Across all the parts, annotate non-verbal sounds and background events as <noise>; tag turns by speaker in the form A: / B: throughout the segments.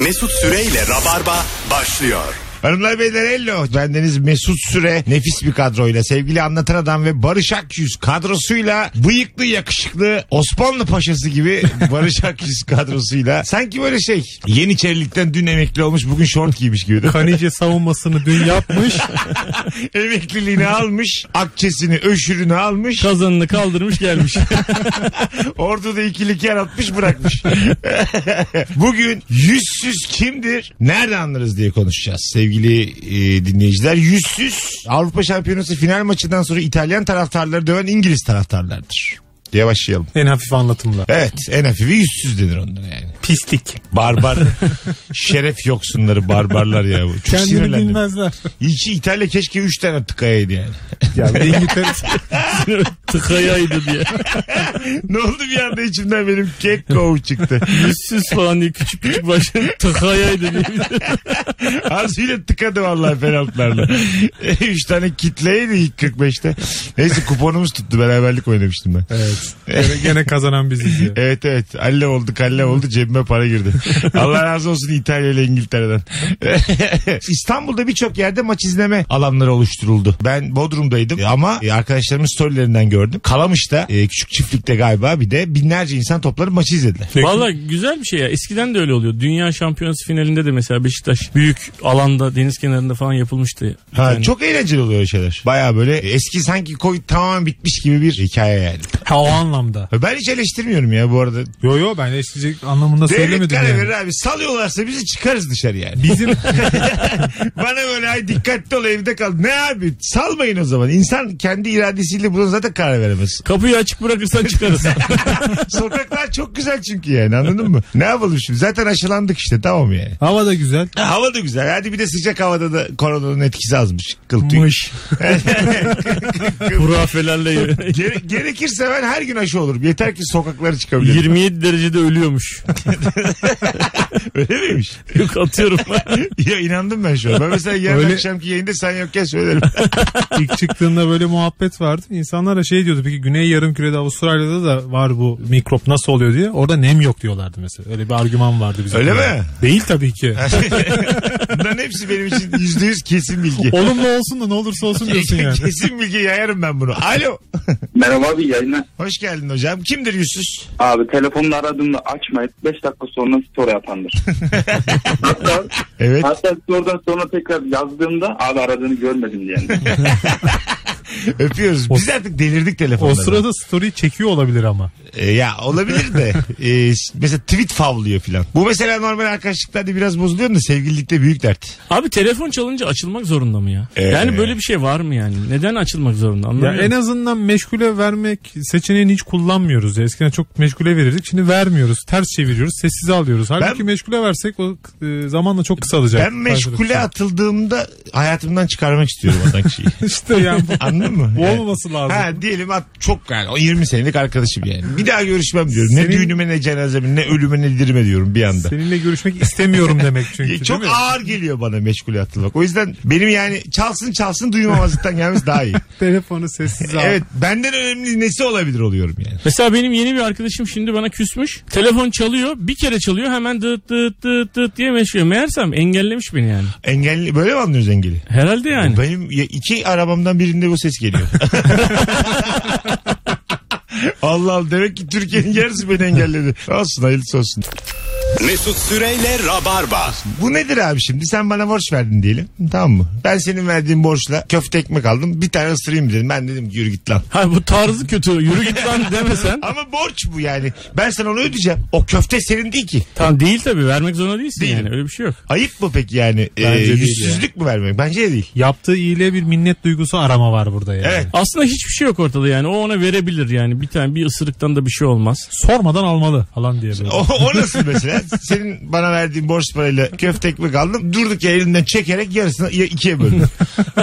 A: Mesut Süreyle Rabarba başlıyor.
B: Hanımlar beyler hello. Bendeniz Mesut Süre nefis bir kadroyla sevgili anlatan adam ve Barış Akyüz kadrosuyla bıyıklı yakışıklı Osmanlı Paşası gibi Barış Akyüz kadrosuyla sanki böyle şey Yeniçerilikten dün emekli olmuş bugün şort giymiş gibi. değil mi?
C: Kanice savunmasını dün yapmış.
B: Emekliliğini almış akçesini öşürünü almış
C: <laughs> kazanını kaldırmış
D: <laughs>
C: gelmiş.
B: orduda ikilik yaratmış bırakmış. <laughs> bugün yüzsüz kimdir nerede anlarız diye konuşacağız sevgili e, dinleyiciler. Yüzsüz Avrupa Şampiyonası final maçından sonra İtalyan taraftarları döven İngiliz taraftarlardır diye başlayalım.
C: en hafif anlatımla.
B: Evet en hafifi yüzsüz denir onlara yani.
C: Pislik.
B: <laughs> Barbar şeref yoksunları barbarlar ya bu. Çok
D: Kendini
B: sinirlendim.
D: bilmezler.
B: İyi ki İtalya keşke 3 tane tıkayaydı yani. <laughs>
D: Ya bir de İngiltere
C: <laughs> Tıkayaydı diye.
B: ne oldu bir anda içimden benim kek kovu çıktı.
C: Yüzsüz falan diye küçük küçük başını tıkayaydı diye.
B: Ağzıyla tıkadı vallahi penaltılarla. <laughs> Üç tane kitleydi ilk 45'te. Neyse kuponumuz tuttu. Beraberlik oynamıştım ben.
C: Evet.
D: gene, gene kazanan
C: <laughs>
D: biziz ya.
B: Evet evet. Alle oldu kalle oldu cebime para girdi. Allah razı olsun İtalya ile İngiltere'den. <laughs> İstanbul'da birçok yerde maç izleme alanları oluşturuldu. Ben Bodrum'daydım E, ama arkadaşlarımın storylerinden gördüm. Kalamış'ta e, küçük çiftlikte galiba bir de binlerce insan toplanıp maçı izlediler.
C: Valla güzel bir şey ya. Eskiden de öyle oluyor. Dünya Şampiyonası finalinde de mesela Beşiktaş büyük alanda deniz kenarında falan yapılmıştı.
B: Ha,
C: Yani
B: Çok eğlenceli oluyor öyle şeyler. Baya böyle eski sanki Covid tamamen bitmiş gibi bir hikaye yani.
D: Ha o anlamda.
B: Ben hiç eleştirmiyorum ya bu arada.
D: Yo yo ben eşsizlik anlamında
B: Devlet
D: söylemedim
B: karar verir
D: yani.
B: abi. Salıyorlarsa bizi çıkarız dışarı yani.
D: Bizim
B: <laughs> Bana böyle ay dikkatli ol evde kal. Ne abi? Salmayın o zaman. İnsan kendi iradesiyle buna zaten karar <laughs> veremez.
C: Kapıyı açık bırakırsan
D: <laughs>
C: çıkarız.
B: Sokaklar çok güzel çünkü yani anladın mı? Ne yapalım şimdi? Zaten aşılandık işte tamam yani.
D: hava da güzel.
B: Ha, Hava da güzel. Hadi bir de sıcak havada da koronanın etkisi azmış. Kıl tüy.
C: Mış. Hurafelerle
B: <laughs>
C: yürü.
B: Gere- gerekirse ben her gün aşı olurum. Yeter ki sokaklara çıkabilirim.
C: 27 derecede
D: <laughs>
C: ölüyormuş.
B: Öyle <laughs> miymiş?
C: Yok atıyorum.
B: ya inandım ben şu an. Ben mesela yarın
D: Öyle-
B: akşamki yayında sen yokken söylerim.
D: İlk çıktığında böyle muhabbet vardı. İnsanlara şey diyordu peki Güney Yarımküre'de Avustralya'da da var bu mikrop nasıl oluyor diye. Orada nem yok diyorlardı mesela. Öyle bir argüman vardı bizim.
B: Öyle
D: kadar.
B: mi?
D: Değil tabii ki.
B: <laughs> Bunların hepsi benim için yüzde yüz kesin bilgi.
D: Olumlu olsun da ne olursa olsun
B: <laughs>
D: diyorsun yani.
B: şey- Kesin bilgi yayarım ben bunu.
D: <laughs>
B: Alo.
E: Merhaba abi yayına.
B: Hoş geldin hocam. Kimdir yüzsüz?
E: Abi telefonla aradığımda açmayıp 5 dakika sonra story yapandır. hatta,
B: Evet.
E: hatta story'dan sonra tekrar yazdığımda abi aradığını görmedim diyen.
B: Öpüyoruz. Biz artık delirdik telefonda.
D: O sırada story çekiyor olabilir ama.
B: ya olabilir de. Ee, mesela tweet favlıyor filan. Bu mesela normal arkadaşlıklarda biraz bozuluyor da sevgililikte büyük dert.
C: Abi telefon çalınca açılmak zorunda mı ya?
B: Ee.
C: yani böyle bir şey var mı yani? Neden açılmak zorunda?
D: Ya
C: Anlamıyorum.
D: en azından meşgule vermek seçeneğini hiç kullanmıyoruz. ya. Eskiden çok meşgule verirdik. Şimdi vermiyoruz. Ters çeviriyoruz. Sessize alıyoruz. Halbuki
B: Ben-
D: meşgule versek o e, zamanla çok kısalacak.
B: Ben meşgule atıldığımda hayatımdan çıkarmak istiyorum ondan
D: <laughs>
B: kişiyi.
D: işte yani bu-
B: Anladın mı?
D: bu
B: Yani-
D: olmaması lazım.
B: Ha diyelim at çok yani o 20 senelik arkadaşım yani. Bir daha görüşmem diyorum. Ne
D: Senin-
B: düğünüme ne cenazeme ne ölüme ne dirime diyorum bir anda.
D: Seninle görüşmek istemiyorum demek çünkü.
B: Ya
D: değil
B: E, Çok
D: mi?
B: ağır geliyor bana meşgule atılmak. O yüzden benim yani çalsın çalsın duymamazlıktan gelmesi daha
D: <laughs>
B: iyi.
D: Telefonu sessize al.
B: evet benden önemli nesi olabilir oluyorum yani.
C: Mesela benim yeni bir arkadaşım şimdi bana küsmüş. Telefon çalıyor. Bir kere çalıyor hemen dıt dıt dıt dıt diye meşiyor. Meğersem engellemiş beni yani.
B: Engelli böyle mi anlıyoruz engeli?
C: Herhalde yani.
B: Benim ya- iki arabamdan birinde bu ses
D: <laughs>
B: geliyor. Allah Allah demek ki Türkiye'nin yarısı beni engelledi. Olsun hayırlısı olsun.
A: Mesut Süreyle Rabarba.
B: Bu nedir abi şimdi? Sen bana borç verdin diyelim. Tamam mı? Ben senin verdiğin borçla köfte ekmek aldım. Bir tane ısırayım dedim. Ben dedim ki yürü git lan.
C: Ha bu tarzı kötü. Yürü git
D: <laughs>
C: lan demesen.
B: Ama borç bu yani. Ben sana onu ödeyeceğim. O köfte senin değil ki.
C: Tam değil tabii. Vermek zorunda değilsin
B: Değilim.
C: yani. Öyle bir şey yok.
B: Ayıp mı peki yani? Ee,
D: Bence değil
B: yüzsüzlük mü vermek? Bence de değil.
D: <laughs> Yaptığı iyiliğe bir minnet duygusu arama var burada yani.
B: Evet.
C: Aslında hiçbir şey yok ortada yani. O ona verebilir yani. Bir tane bir ısırıktan da bir şey olmaz.
D: Sormadan almalı falan diye böyle.
B: O, o nasıl mesela? Senin bana verdiğin borç parayla köfte ekmek aldım. Durduk ya elinden çekerek yarısını ya ikiye böldüm.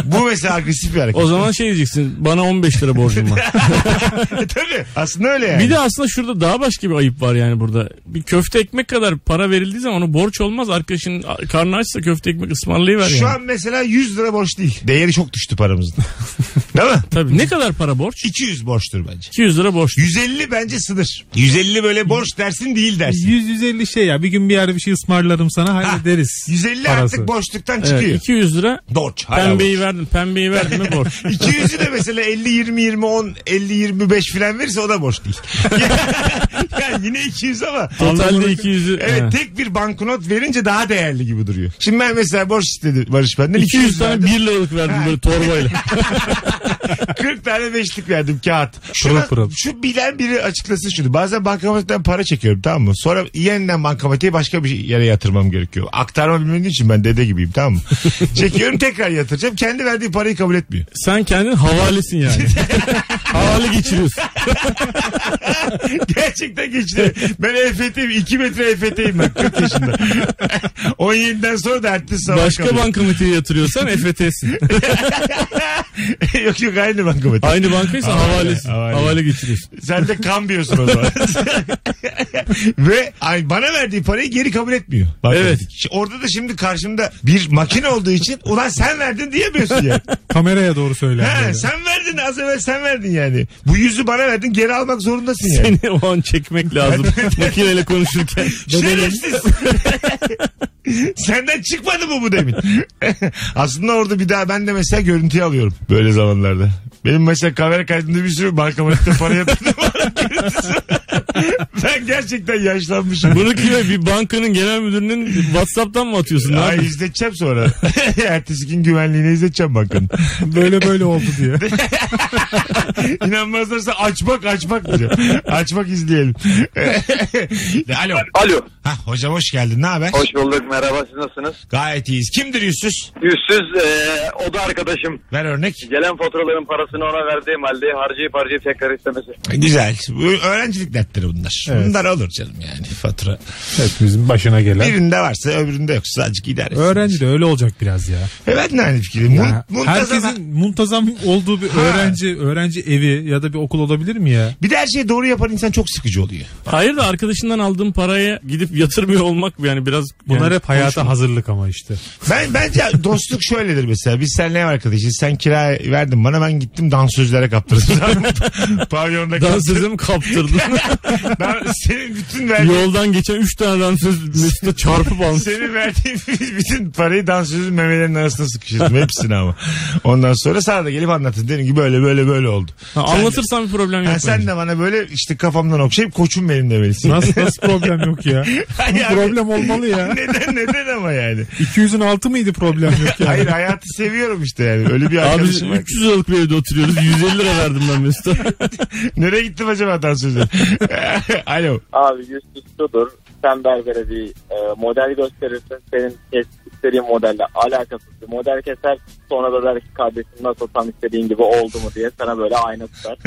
B: bu mesela agresif bir hareket.
C: O zaman şey diyeceksin. Bana 15 lira borcum var.
B: <laughs> Tabii. Aslında öyle yani.
C: Bir de aslında şurada daha başka bir ayıp var yani burada. Bir köfte ekmek kadar para verildiği zaman onu borç olmaz. Arkadaşın karnı açsa köfte ekmek ısmarlayıver yani.
B: Şu an mesela 100 lira borç değil. Değeri çok düştü paramızın. değil mi?
C: Tabii. Ne kadar para borç?
B: 200 borçtur bence.
C: 200 lira borç.
B: 150 bence sınır. 150 böyle borç dersin değil dersin.
D: 100-150 şey ya bir gün bir yerde bir şey ısmarlarım sana hallederiz.
B: 150 artık boşluktan
C: Evet,
B: çıkıyor.
C: 200 lira
B: Borç. hala
C: pembeyi verdin. Pembeyi verdin mi
B: <laughs>
C: borç.
B: borç. 200'ü de mesela 50 20 20 10 50 25 falan verirse o da borç değil. <laughs> yani yine 200 ama
C: Totalde 200'ü.
B: Evet
C: Ha.
B: tek bir banknot verince daha değerli gibi duruyor. Şimdi ben mesela borç istedi Barış benden.
C: 200 tane
B: verdim.
C: 1 liralık verdim böyle
B: <laughs>
C: torbayla.
B: 40 tane beşlik verdim kağıt. Şuna,
D: Pırıl pırıl.
B: Şu bilen biri açıklasın şunu. Bazen bankamatikten para çekiyorum tamam mı? Sonra yeniden bankamatiğe başka bir yere yatırmam gerekiyor. Aktarma bilmediğim için ben dede gibiyim tamam mı? çekiyorum tekrar yatıracağım. Kendi verdiği parayı kabul etmiyor.
C: Sen kendin
B: <laughs>
C: havalesin yani. Havale geçiriyorsun.
B: <laughs> Gerçekten geçti. Ben EFT'yim. 2 metre EFT'yim ben 40 yaşında. <laughs> 17'den sonra da ertesi sabah
C: Başka
B: kalıyor.
C: bankamatiğe yatırıyorsan
B: <laughs>
C: EFT'sin.
B: yok yok aynı bankamatik.
C: Aynı bankaysa
B: Havale,
C: havalesin.
B: havale.
C: Havale geçiriyorsun.
B: Sen de kan biyorsun o zaman. <laughs> Ve ay, bana verdiği parayı geri kabul etmiyor. Bak,
C: Evet.
B: ş- Orada da şimdi karşımda bir makine olduğu için ulan sen verdin diyemiyorsun
C: <laughs>
B: ya.
D: Kameraya doğru söyle.
B: He,
D: Böyle.
B: sen verdin az evvel sen verdin yani. Bu yüzü bana verdin geri almak zorundasın yani.
C: Seni o an
B: <laughs>
C: çekmek lazım. Makineyle konuşurken.
B: Şey Şerefsiz. <laughs> Senden çıkmadı mı bu demin? <laughs> Aslında orada bir daha ben de mesela görüntüyü alıyorum böyle zamanlarda. Benim mesela kamera kaydında bir sürü bankamatikte para yatırdım. <laughs> ben gerçekten yaşlanmışım.
C: Bunu kime bir bankanın genel müdürünün Whatsapp'tan mı atıyorsun? Ne
B: Ay
C: yapıyorsun?
B: izleteceğim sonra. <laughs> Ertesi gün güvenliğine izleteceğim bankanın.
D: böyle böyle oldu diye.
B: İnanmazlarsa açmak açmak diyeceğim. Açmak izleyelim. <laughs> Alo.
F: Alo.
B: Ha, hocam hoş geldin. Ne haber?
F: Hoş bulduk merhaba siz nasılsınız?
B: Gayet iyiyiz. Kimdir yüzsüz?
F: Yüzsüz eee, o da arkadaşım.
B: Ver örnek.
F: Gelen faturaların parasını ona verdiğim halde harcayıp harcayıp tekrar istemesi.
B: Güzel. Bu öğrencilik dertleri bunlar.
D: Evet.
B: Bunlar olur canım yani fatura.
D: Hepimizin başına gelen.
B: Birinde varsa öbüründe yoksa azıcık idare
D: Öğrenci de öyle olacak biraz ya.
B: Evet ne aynı fikrim. Mun,
D: Ya,
B: muntazam-
D: herkesin muntazam olduğu bir öğrenci öğrenci evi ya da bir okul olabilir mi ya?
B: Bir de her şeyi doğru yapan insan çok sıkıcı oluyor.
C: <laughs> Hayır da arkadaşından aldığın paraya gidip yatırmıyor olmak yani biraz...
D: Bunlar
C: yani
D: hep hayata
C: konuşma.
D: hazırlık ama işte.
B: Ben Bence dostluk şöyledir mesela. Biz seninle ev arkadaşız. Sen kira verdin bana ben gittim dansözlere kaptırdım. <laughs> Pavyonda kaptırdım.
C: Dansözümü
D: <laughs>
C: kaptırdın.
B: <laughs> Ben senin bütün verdiğin
C: Yoldan geçen 3 tane dansöz Mesut'a çarpıp almış.
B: Senin verdiğin <laughs> bütün parayı dansözün memelerinin arasına sıkıştırdım hepsini ama. Ondan sonra sana da gelip anlattın. Dedim ki böyle böyle böyle oldu.
C: Ha, anlatırsan bir problem yok.
B: Ha, sen
C: bence.
B: de bana böyle işte kafamdan okşayıp koçum benim demelisin.
D: Nasıl nasıl problem yok <laughs> ya?
B: Ay abi.
D: problem olmalı ya.
B: neden neden ama yani.
D: <laughs> 200'ün altı mıydı problem yok ya?
B: Hayır hayatı seviyorum işte yani. Öyle bir
C: Abi biz
B: arkadaşım var.
C: 300 liralık bir evde oturuyoruz. 150 lira verdim ben
D: <laughs>
C: Mesut'a.
B: Nereye gittim acaba dansözü? Alo.
G: Abi yüzsüz şudur. Sen berbere bir e, model gösterirsin. Senin kes, istediğin modelle alakasız bir model keser. Sonra da der ki kardeşim nasıl tam istediğin gibi oldu mu diye sana böyle ayna tutar.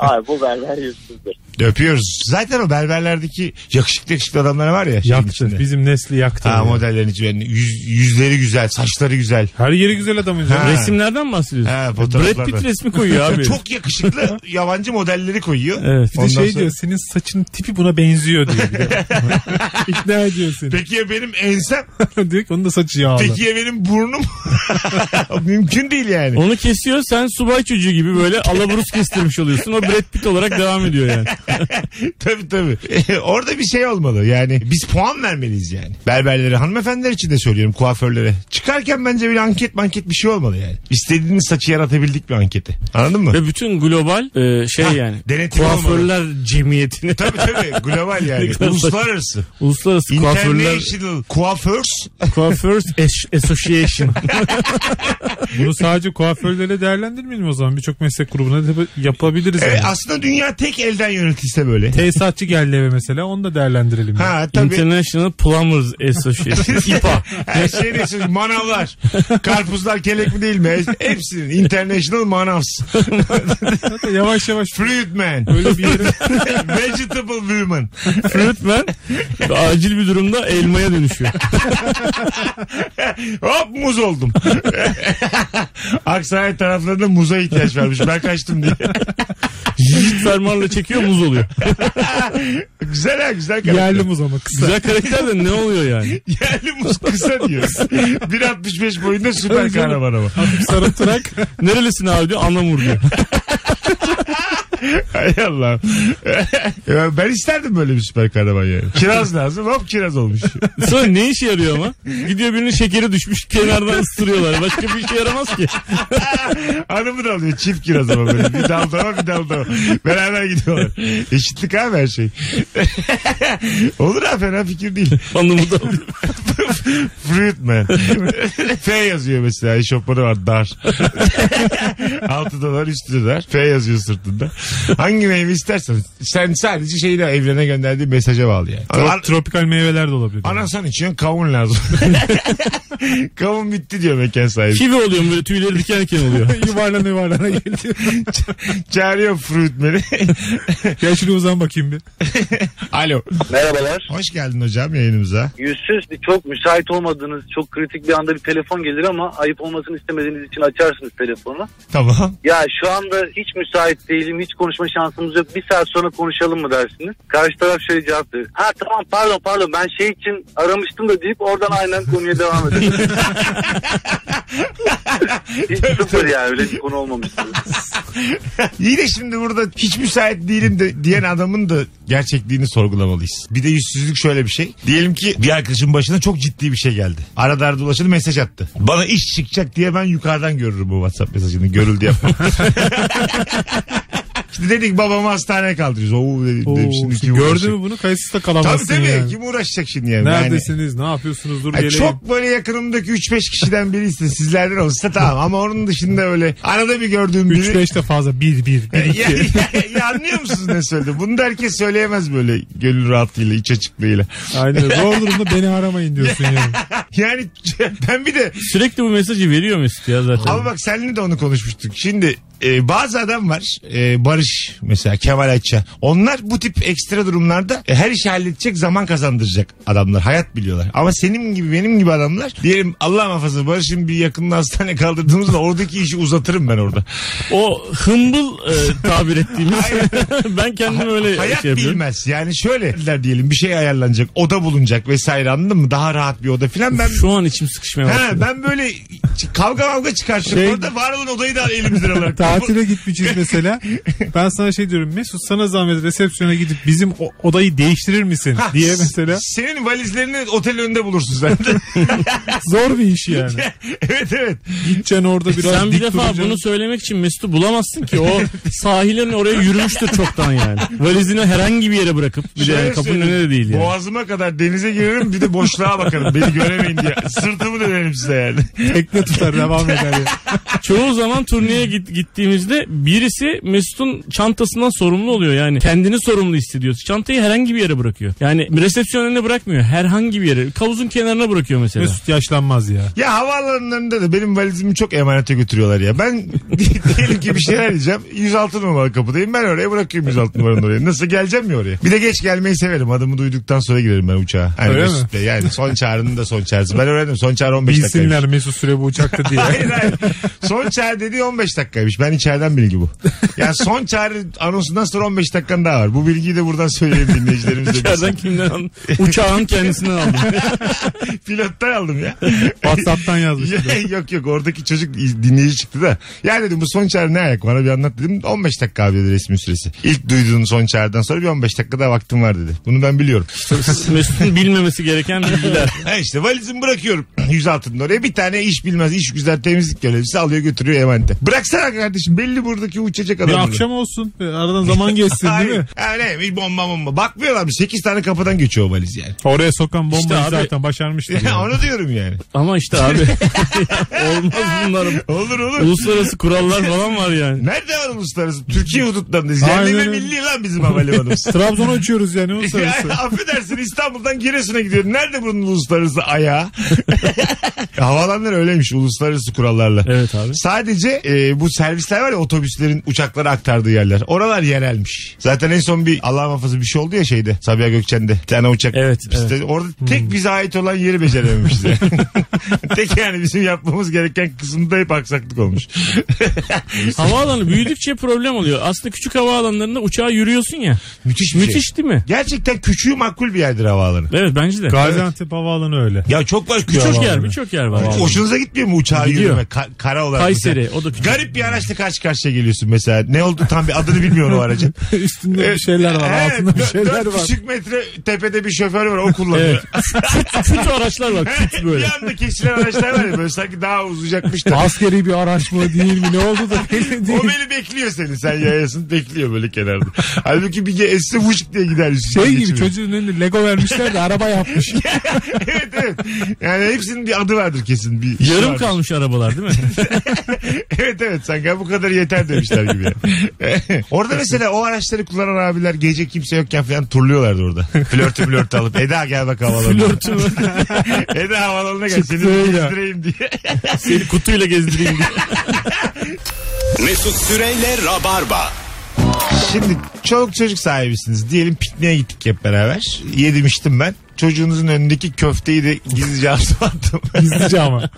G: Abi bu berber yüzsüzdür.
B: Öpüyoruz. Zaten o berberlerdeki yakışıklı yakışıklı adamlar var ya. şeyin içinde.
D: Yaktı. Bizim nesli yaktı.
B: Ha
D: Ya.
B: modellerin içinde. Yüz- yüzleri güzel, saçları güzel.
D: Her yeri güzel adamın.
B: Ha.
D: canım.
C: Resimlerden bahsediyorsun.
B: Ha,
C: Brad
B: fotoğraflardan.
C: Pitt resmi koyuyor abi.
B: Çok
D: <laughs>
B: yakışıklı yabancı modelleri koyuyor.
C: Evet.
D: Bir de şey
B: sonra-
D: diyor senin saçın tipi buna benziyor diyor.
C: <laughs>
D: bir de. İkna ediyor seni.
B: Peki ya benim
D: <laughs>
B: ensem?
D: diyor ki onun da saçı yağlı.
B: Peki ya benim burnum? <laughs> Mümkün değil yani.
C: Onu kesiyor sen subay çocuğu gibi böyle alaburuz kestirmiş oluyorsun. O Brad Pitt olarak devam ediyor yani.
B: tabii tabii. <laughs> Orada bir şey olmalı. Yani biz puan vermeliyiz yani. Berberlere, hanımefendiler için de söylüyorum kuaförlere. Çıkarken bence bir anket manket bir şey olmalı yani. İstediğiniz saçı yaratabildik bir anketi. Anladın
C: <laughs>
B: mı?
C: Ve bütün global e, şey
B: Ha,
C: yani.
B: denetim
C: Kuaförler cemiyetini.
B: E, tabii tabii.
C: <laughs>
B: Global yani.
C: Ne kadar saçma.
B: Uluslararası.
C: Uluslararası kuaförler. <laughs>
B: International kuaförs.
C: Kuaförs As- <laughs> Association.
D: Bunu sadece kuaförlere değerlendirmeyelim o zaman. Birçok meslek grubuna da yapabiliriz.
B: E,
D: yani.
B: aslında dünya tek elden yönetilse böyle.
D: Tesisatçı geldi eve mesela onu da değerlendirelim. yani.
B: Ha tabii.
C: International Plumbers Association. <laughs> İPA.
B: <laughs> Her şey neyse manavlar. Karpuzlar kelek mi değil mi? Hepsinin. International manavs.
D: Zaten yavaş yavaş
B: Fruit
C: <laughs>
B: man.
D: böyle bir yere
B: Vegetable woman.
C: Fruitman acil bir durumda elmaya dönüşüyor.
B: Hop muz oldum. Aksaray taraflarında muza ihtiyaç varmış. Ben kaçtım diye.
C: Yiğit fermuarla çekiyor muz oluyor.
B: güzel ha güzel karakter.
D: yerli
B: Yerli,
D: muz ama kısa.
C: Güzel karakter de ne oluyor yani?
B: muz kısa diyor. 1.65 boyunda süper kahraman ama.
D: Sarı tırak.
C: Nerelisin abi diyor. Anamur diyor.
B: Hay Allah. Ya ben isterdim böyle bir süper kahraman yani. Kiraz lazım hop kiraz olmuş.
C: Sonra ne işe yarıyor ama? Gidiyor birinin şekeri düşmüş kenardan ısırıyorlar. Başka bir işe yaramaz ki.
B: Hanımı da alıyor çift kiraz ama böyle. Bir dal dama bir dal dama. Beraber gidiyorlar. Eşitlik abi her şey. <laughs> Olur ha fena fikir değil.
C: Anlamı da
B: Fruit man. F yazıyor mesela. Eşofmanı var dar. Altı dolar üstü dolar. F yazıyor sırtında. Hangi meyve istersen. Sen sadece şeyle evlerine gönderdiği mesaja bağlı yani. Ana,
D: Trop- tropikal meyveler de olabilir.
B: anasan içiyorsun kavun lazım. kavun bitti diyor mekan sahibi.
C: kivi oluyor mu böyle tüyleri diken diken oluyor.
D: <laughs> yuvarlana yuvarlana geliyor.
B: Çağırıyor fruit man'i.
D: Gel şuraya uzan bakayım bir.
B: Alo.
F: Merhabalar.
B: Hoş geldin hocam yayınımıza.
F: Yüzsüz bir- çok müsait olmadığınız çok kritik bir anda bir telefon gelir ama ayıp olmasını istemediğiniz için açarsınız telefonu.
B: Tamam.
F: Ya şu anda hiç müsait değilim hiç konuşma şansımız yok bir saat sonra konuşalım mı dersiniz. Karşı taraf şöyle cevap verir. Ha tamam pardon pardon ben şey için aramıştım da deyip oradan aynen konuya devam ediyor. hiç sıfır yani öyle bir konu olmamıştı.
B: İyi de şimdi burada hiç müsait değilim de diyen adamın da gerçekliğini sorgulamalıyız. Bir de yüzsüzlük şöyle bir şey. Diyelim ki bir arkadaşın başına çok ciddi bir şey geldi. Arada arada ulaşıldı mesaj attı. Bana iş çıkacak diye ben yukarıdan görürüm bu WhatsApp mesajını. Görüldü <laughs> yapmam. işte dedik babamı hastaneye kaldırıyoruz. Oo, dedi-
D: Oo,
B: dedim, şimdi şey. kim
D: gördün
B: uğraşacak?
D: mü bunu kayıtsız da
B: Tabii
D: kalamazsın
B: tabii
D: yani.
B: kim uğraşacak şimdi yani. Yani-
D: Neredesiniz? Ne yapıyorsunuz? Dur
B: Ay,
D: geleyim.
B: çok böyle yakınımdaki 3-5 kişiden biriyse sizlerden olsa tamam ama onun dışında öyle arada bir gördüğüm biri.
D: 3-5 de fazla. 1 1
C: E,
D: 1
B: ya, ya- ya anlıyor musunuz ne söyledi? Bunu da herkes söyleyemez böyle gönül rahatlığıyla, iç açıklığıyla.
D: Aynen. Zor durumda beni aramayın
B: <laughs>
D: diyorsun yani.
B: Yani ben bir de
C: Sürekli bu mesajı veriyor Mesut ya zaten.
B: ama bak seninle de onu konuşmuştuk. Şimdi e, bazı adam var e, Barış mesela Kemal Ayça. Onlar bu tip ekstra durumlarda e, her işi halledecek zaman kazandıracak adamlar. Hayat biliyorlar. Ama senin gibi benim gibi adamlar diyelim Allah muhafaza Barış'ın bir yakınını hastaneye kaldırdığımızda oradaki işi uzatırım ben orada.
C: O hımbıl e, tabir ettiğimiz. <laughs> ben kendim öyle
B: Hayat
C: şey yapıyorum.
B: bilmez. Yani şöyle dediler diyelim bir şey ayarlanacak. Oda bulunacak vesaire anladın mı? Daha rahat bir oda filan. Ben
C: Şu an içim sıkışmaya başladı.
B: He, ben böyle ç- kavga kavga çıkartırım.
D: Şey-
B: Orada var olan odayı da elimizden
C: <laughs>
B: alarak.
D: Tatile gitmişiz mesela. Ben sana şey diyorum. Mesut sana zahmet resepsiyona gidip bizim o- odayı değiştirir misin?
B: Ha,
D: diye
B: s- <laughs>
D: mesela.
B: Senin valizlerini otel önünde bulursun zaten.
D: Zor bir iş yani.
B: <laughs> evet evet.
D: Gideceksin orada biraz
C: Sen bir
D: dik
C: defa
D: duracaksın.
C: bunu söylemek için Mesut'u bulamazsın ki. O sahilin oraya yürümüştür çoktan yani. Valizini herhangi bir yere bırakıp. Bir de
B: Şöyle
C: yani kapının
B: söyleyeyim.
C: önüne de değil yani.
B: Boğazıma kadar denize girerim bir de boşluğa bakarım. Beni göremeyin diye. Sırtımı dönerim size yani.
D: tekne tutar devam eder ya.
C: Çoğu zaman turneye git- gittiğimizde birisi Mesut'un çantasından sorumlu oluyor yani. Kendini sorumlu hissediyor. Çantayı herhangi bir yere bırakıyor. Yani resepsiyon önüne bırakmıyor. Herhangi bir yere. Kavuzun kenarına bırakıyor mesela.
D: Mesut yaşlanmaz ya.
B: Ya havaalanlarında da benim valizimi çok emanete götürüyorlar ya. Ben <laughs> diyelim ki bir şeyler yiyeceğim. 106 numaralı kapıdayım. Ben oraya bırakıyorum 106 numaranın oraya. Nasıl geleceğim ya oraya? Bir de geç gelmeyi severim. Adımı duyduktan sonra girerim ben uçağa. Hani
D: Öyle mi?
B: Mesut Bey, Yani son çağrının da son çağrısı. Ben öğrendim son çağrı 15 dakikaymış. <laughs>
D: Bilsinler Mesut Süre bu uçakta diye.
B: Hayır hayır. Son çağrı dediği 15 dakikaymış. Ben içeriden bilgi bu. Yani son çağrı anonsundan sonra 15 dakikan daha var. Bu bilgiyi de buradan söyleyeyim dinleyicilerimize. Biz
C: Nereden kimden aldım? <laughs> Uçağın kendisinden aldım.
B: Pilottan aldım ya.
D: WhatsApp'tan yazmış.
B: Ya, <laughs> yok yok oradaki çocuk iz- dinleyici çıktı da. Ya dedim bu son çağrı ne ayak bana bir anlat dedim. 15 dakika abi dedi resmi süresi. İlk duyduğun son çağrıdan sonra bir 15 dakika daha vaktim var dedi. Bunu ben biliyorum.
C: Mesut'un bilmemesi gereken bilgiler.
B: ha işte valizimi bırakıyorum <clears throat> 106'nın oraya. Bir tane iş bilmez iş güzel temizlik görevlisi alıyor götürüyor emanete. Bıraksana kardeşim belli buradaki uçacak adam.
D: Bir
B: burada.
D: akşam olsun. E, Aradan zaman geçsin değil mi?
B: Hayır. Ha, neymiş bomba bomba. Bakmıyorlar mı? 8 tane kapıdan geçiyor o valiz yani.
D: Oraya sokan bombayı
C: İşte abi-
D: zaten başarmıştır.
B: Ya,
D: yani.
B: <laughs> onu diyorum yani.
C: Ama işte abi <laughs> olmaz bunların.
B: Olur olur.
C: Uluslararası kurallar falan var yani.
B: Nerede var uluslararası? Türkiye hudutlarındayız.
D: Aynen
B: Yerli ve
D: öyle.
B: milli lan bizim havalimanımız.
D: Trabzon'u açıyoruz yani o
B: <laughs> Ya,
D: sırası.
B: affedersin İstanbul'dan Giresun'a gidiyor. Nerede bunun uluslararası ayağı? <laughs> Havalanlar öyleymiş uluslararası kurallarla.
C: Evet abi.
B: Sadece e, bu servisler var ya otobüslerin uçaklara aktardığı yerler. Oralar yerelmiş. Zaten en son bir Allah muhafaza bir şey oldu ya şeyde. Sabiha Gökçen'de. Bir tane uçak.
C: Evet, Hmm.
B: pisti. Orada tek bize ait olan yeri becerememişiz. yani. <laughs> tek yani bizim yapmamız gereken kısımda hep aksaklık olmuş. <laughs>
C: Havaalanı büyüdükçe problem oluyor. Aslında küçük havaalanlarında uçağa yürüyorsun ya.
B: Müthiş bir şey.
C: Müthiş değil mi?
B: Gerçekten küçüğü makul bir yerdir havaalanı.
C: Evet bence de.
D: Gaziantep havaalanı öyle.
B: Ya çok var küçük
C: Birçok
B: havaalanı.
C: yer, birçok yer var. diyorlar. yani.
B: Hoşunuza gitmiyor mu uçağa
C: Gidiyor.
B: yürüme? Ka- kara olarak.
C: Kayseri,
B: mesela.
C: o da küçük.
B: Garip bir araçla karşı karşıya geliyorsun mesela. Ne oldu tam bir adını bilmiyorum o aracın.
D: Üstünde <laughs>
B: şey
D: bir şeyler var.
B: Evet,
D: Altında bir
B: dört-
D: şeyler
B: dört
D: var.
B: Küçük metre tepede bir şoför var o kullanıyor.
C: Evet. Küt araçlar var küt
B: bir
C: böyle.
B: anda kesilen araçlar var ya böyle sanki daha uzayacakmış da.
D: Askeri bir araç mı değil mi ne oldu da belli değil.
B: O beni bekliyor seni. Sen yayasın bekliyor böyle kenarda. Halbuki bir esse vuşk diye gider. üstüne
D: Şey gibi
B: geçiyor.
D: çocuğun önüne Lego vermişler de araba yapmış.
B: <laughs> evet evet. Yani hepsinin bir adı vardır kesin. Bir işi
C: <laughs> Yarım
B: vardır.
C: kalmış arabalar değil mi?
B: <laughs> Evet evet sanki bu kadar yeter demişler
C: <laughs>
B: gibi. ya. orada mesela o araçları kullanan abiler gece kimse yokken falan turluyorlardı orada. <laughs> Flörtü flörtü alıp Eda gel bak havalarına.
C: Flörtü mü?
B: <laughs> Eda havalarına gel seni bir
D: Çıktığıyla.
B: gezdireyim diye. <laughs>
C: Seni kutuyla gezdireyim diye.
A: Mesut Süreyle Rabarba.
B: Şimdi çoluk çocuk sahibisiniz. Diyelim pikniğe gittik hep beraber. Yedim içtim ben. Çocuğunuzun önündeki köfteyi de gizlice <laughs> ağzıma attım.
D: Gizlice ama.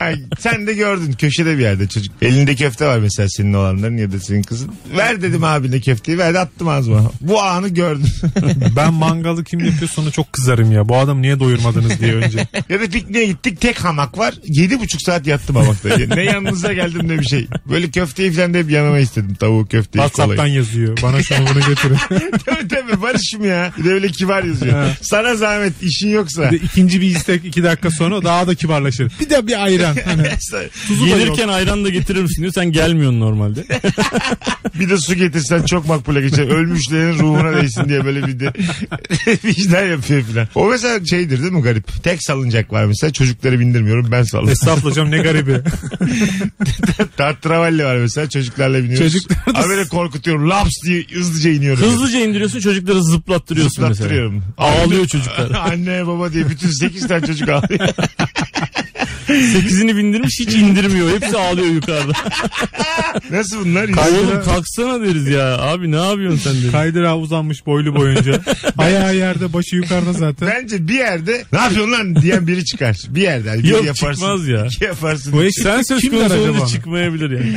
B: Ay, sen de gördün köşede bir yerde çocuk. Elinde köfte var mesela senin olanların ya da senin kızın. Ver dedim abine köfteyi verdi attım ağzıma. Bu anı gördüm. <laughs>
D: Ben mangalı kim yapıyor sonra çok kızarım ya. Bu adam niye doyurmadınız diye önce.
B: ya da pikniğe gittik tek hamak var. Yedi buçuk saat yattım hamakta. Ya ne yanınıza geldim ne bir şey. Böyle köfteyi falan da hep yanıma istedim. Tavuğu köfteyi kolayı.
D: WhatsApp'tan yazıyor. Bana şunu bunu getirin.
B: <laughs> tabii tabii barışım ya. Bir de öyle kibar yazıyor. Sana zahmet işin yoksa.
D: Bir de ikinci bir istek iki dakika sonra daha da kibarlaşır. Bir de bir ayran. Hani
B: <laughs>
C: Gelirken ayran da getirir misin diyor. Sen gelmiyorsun normalde.
B: bir de su getirsen çok makbule geçer. Ölmüşlerin ruhuna değsin diye böyle bir de <laughs> vicdan yapıyor filan. O mesela şeydir değil mi garip? Tek salıncak var mesela çocukları bindirmiyorum ben sallıyorum.
D: Estağfurullah canım ne garibi.
B: <laughs> Tart travalli var mesela çocuklarla biniyoruz.
D: Çocuklar da-
B: Ama böyle korkutuyorum laps diye hızlıca iniyorum.
C: Hızlıca indiriyorsun çocukları zıplattırıyorsun mesela.
B: Zıplattırıyorum. <laughs>
C: Ağlıyor çocuklar.
B: Anne baba diye bütün 8 tane çocuk ağlıyor.
C: Sekizini bindirmiş hiç indirmiyor. Hepsi ağlıyor yukarıda.
B: Nasıl bunlar?
C: Oğlum kalksana deriz ya. Abi ne yapıyorsun sen deriz.
D: Kaydırağa uzanmış boylu boyunca. Ayağı yerde başı yukarıda zaten.
B: Bence bir yerde ne yapıyorsun lan diyen biri çıkar. Bir yerde. hani biri
C: Yok,
B: yaparsın.
C: çıkmaz ya.
B: İki <laughs> yaparsın.
D: Bu ekip
C: Sen söz
D: kimler
C: konusu
D: acaba?
C: olunca çıkmayabilir yani.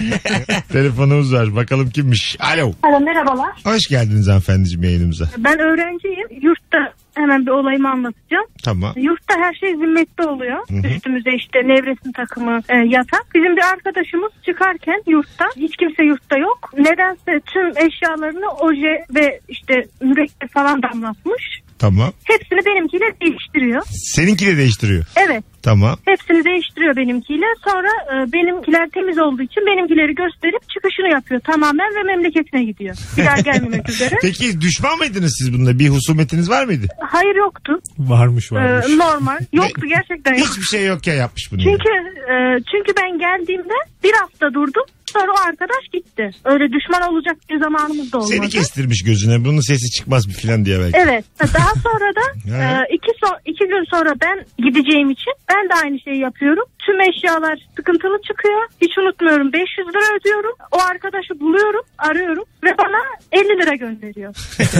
B: Telefonumuz var. Bakalım kimmiş. Alo.
H: Alo merhabalar.
B: Hoş geldiniz hanımefendiciğim yayınımıza.
H: Ben öğrenciyim. Yurtta hemen bir olayımı anlatacağım.
B: Tamam.
H: Yurtta her şey zimmette oluyor.
B: Hı hı.
H: Üstümüze işte nevresim takımı, e, yatak. Bizim bir arkadaşımız çıkarken yurtta, hiç kimse yurtta yok. Nedense tüm eşyalarını oje ve işte mürekkep falan damlatmış.
B: Tamam.
H: Hepsini benimkiyle değiştiriyor.
B: Seninki de değiştiriyor.
H: Evet.
B: Tamam.
H: Hepsini değiştiriyor benimkiyle. Sonra e, benimkiler temiz olduğu için benimkileri gösterip çıkışını yapıyor tamamen ve memleketine gidiyor. Bir daha
B: <laughs>
H: gelmemek üzere.
B: Peki düşman mıydınız siz bununla? Bir husumetiniz var mıydı?
H: Hayır yoktu.
D: Varmış
H: Ee,
D: varmış.
H: normal. Yoktu gerçekten. yok.
B: Hiçbir şey yokken yapmış bunu. yani.
H: Çünkü e, çünkü ben geldiğimde bir hafta durdum. Sonra o arkadaş gitti. Öyle düşman olacak bir zamanımız da olmadı.
B: Seni kestirmiş gözüne. Bunun sesi çıkmaz bir filan diye belki.
H: Evet. Daha sonra da
B: Ha.
H: e, iki, so- iki gün sonra ben gideceğim için ben de aynı şeyi yapıyorum. Tüm eşyalar sıkıntılı çıkıyor. Hiç unutmuyorum 500 lira ödüyorum. O arkadaşı buluyorum, arıyorum ve bana 50 lira gönderiyor.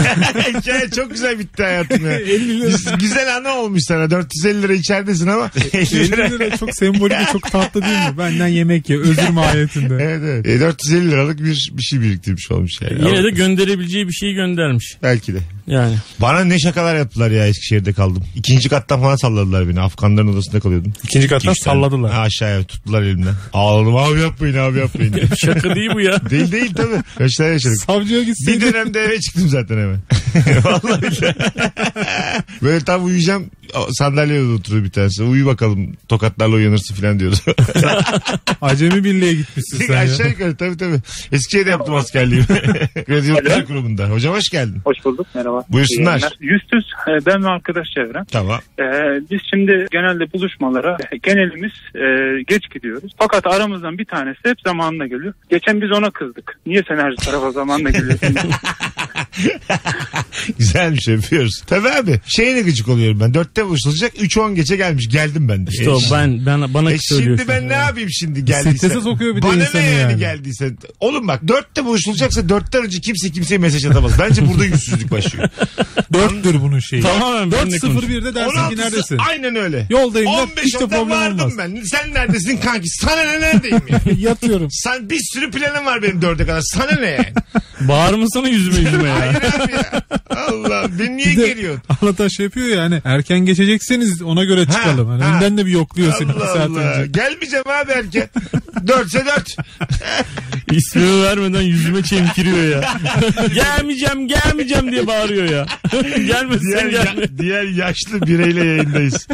B: <laughs> Hikaye çok güzel bitti hayatım ya. Güz- güzel ana olmuş sana. 450 lira içeridesin ama 50
D: 50
B: lira.
D: lira çok sembolik ve çok tatlı değil mi? Benden yemek ye özür mahiyetinde.
B: <laughs> Evet evet. E, 450 liralık bir, bir şey biriktirmiş olmuş yani. Ama
C: Yine de gönderebileceği bir şeyi göndermiş.
B: Belki de.
C: Yani.
B: Bana ne şakalar yaptılar ya Eskişehir'de kaldım. İkinci kattan falan salladılar beni. Afganların odasında kalıyordum.
D: İkinci kattan
B: İki üç tane.
D: salladılar.
B: Ha, aşağıya tuttular elimden. Ağladım abi yapmayın abi
D: <laughs>
B: yapmayın. diye.
C: Şaka değil bu ya.
B: değil değil tabii. Yaşlar yaşadık.
D: Savcıya
B: Bir
D: gitseydin.
B: dönemde eve çıktım zaten
D: <laughs>
B: hemen. Vallahi billahi. Böyle tam uyuyacağım. O Sandalyede oturuyor bir tanesi. Uyu bakalım tokatlarla uyanırsın falan diyordu.
D: Acemi birliğe gitmişsin <laughs> sen ya.
B: Aşağı yukarı tabii tabii. Eskişehir'de yaptım
D: <laughs>
B: askerliğimi. Kredi kurumunda. Hocam hoş geldin.
I: Hoş bulduk. Merhaba.
B: Buyursunlar.
I: İyi yayınlar. Yüzsüz e, ben ve arkadaş çevrem.
B: Tamam.
I: E, biz şimdi genelde buluşmalara e, genelimiz e, geç gidiyoruz. Fakat aramızdan bir tanesi hep zamanında geliyor. Geçen biz ona kızdık. Niye sen her tarafa zamanla geliyorsun?
B: Güzelmiş yapıyoruz. Tabii abi. Şeyle gıcık oluyorum ben. Dörtte buluşulacak. 3-10 geçe gelmiş. Geldim ben de.
C: İşte o
B: E,
C: ben, ben bana
B: E
C: söylüyor.
B: şimdi ben ne yapayım şimdi geldiyse?
D: Strese sokuyor bir de
B: Bana
D: insanı
B: ne yani,
D: yani.
B: geldiyse? Oğlum bak dörtte buluşulacaksa dörtten önce kimse kimseye mesaj atamaz. Bence burada yüzsüzlük
D: <laughs>
B: başlıyor.
D: Dörttür bunun şeyi.
C: Tamamen benimle konuşuyor.
D: 4-0-1'de dersin ki
B: 16'sı
D: neredesin?
B: aynen öyle.
D: Yoldayım da
B: 15
D: işte
B: işte
D: problem
B: vardım
D: olmaz.
B: ben. Sen neredesin
D: <laughs>
B: kanki? Sana ne neredeyim ya?
D: Yatıyorum.
B: Sen bir sürü planım var benim dörde kadar. Sana ne yani?
C: <laughs> Bağırmasana yüzüme yüzüme ya.
B: Allah beni niye
D: Bir de
B: geliyorsun?
D: <laughs> Anlatan şey yapıyor ya hani erken geçecekseniz ona göre çıkalım. Hani
B: ha.
D: önden de bir yokluyor seni bir
B: Allah
D: saat
B: Allah.
D: önce.
B: Gelmeyeceğim abi erken. Dörtse dört.
C: İsmimi vermeden yüzüme çemkiriyor
B: <laughs>
C: ya. gelmeyeceğim gelmeyeceğim diye bağırıyor ya. <laughs> Gelmezsen
B: Diğer, ya-
C: gelme.
B: diğer yaşlı bireyle yayındayız.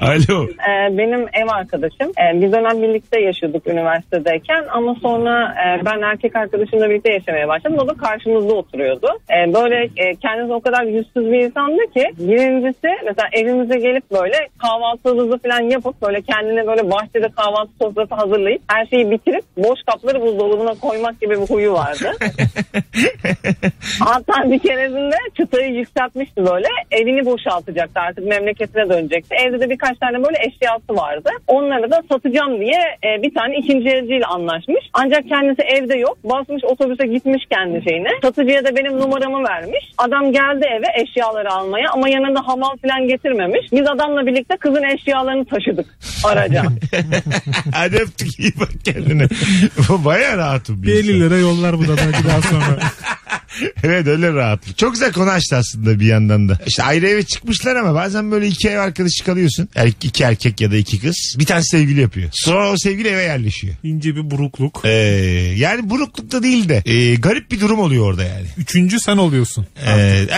B: Alo.
J: Ee, benim ev arkadaşım. Ee, bir dönem birlikte yaşıyorduk üniversitedeyken ama sonra e, ben erkek arkadaşımla birlikte yaşamaya başladım. O da karşımızda oturuyordu. Ee, böyle e, kendisi o kadar yüzsüz bir insandı ki birincisi mesela evimize gelip böyle kahvaltımızı falan yapıp böyle kendine böyle bahçede kahvaltı sofrası hazırlayıp her şeyi bitirip boş kapları buzdolabına koymak gibi bir huyu vardı. Hatta bir keresinde çıtayı yükseltmişti böyle. Evini boşaltacaktı artık memleketine dönecekti. Evde de birkaç tane böyle eşyası vardı. Onları da satacağım diye e, bir tane ikinci elciyle anlaşmış. Ancak kendisi evde yok. Basmış otobüse gitmiş kendi şeyine. Satıcıya da benim numaramı vermiş. Adam geldi eve eşyaları almaya ama yanında hamal falan getirmemiş. Biz adamla birlikte kızın eşyalarını taşıdık araca.
B: Hadi öptük iyi bak kendine. Baya rahatım.
D: Bir 50 lira yollar bu da belki
B: <laughs>
D: daha sonra.
B: Evet öyle rahat. Çok güzel konu açtı aslında bir yandan da. İşte ayrı eve çıkmışlar ama bazen böyle iki ev arkadaşı kalıyorsun. Er, iki erkek ya da iki kız. Bir tane sevgili yapıyor. Sonra o sevgili eve yerleşiyor.
D: İnce bir burukluk.
B: Ee, yani buruklukta değil de e, garip bir durum oluyor orada yani.
D: Üçüncü sen oluyorsun.
B: Ee,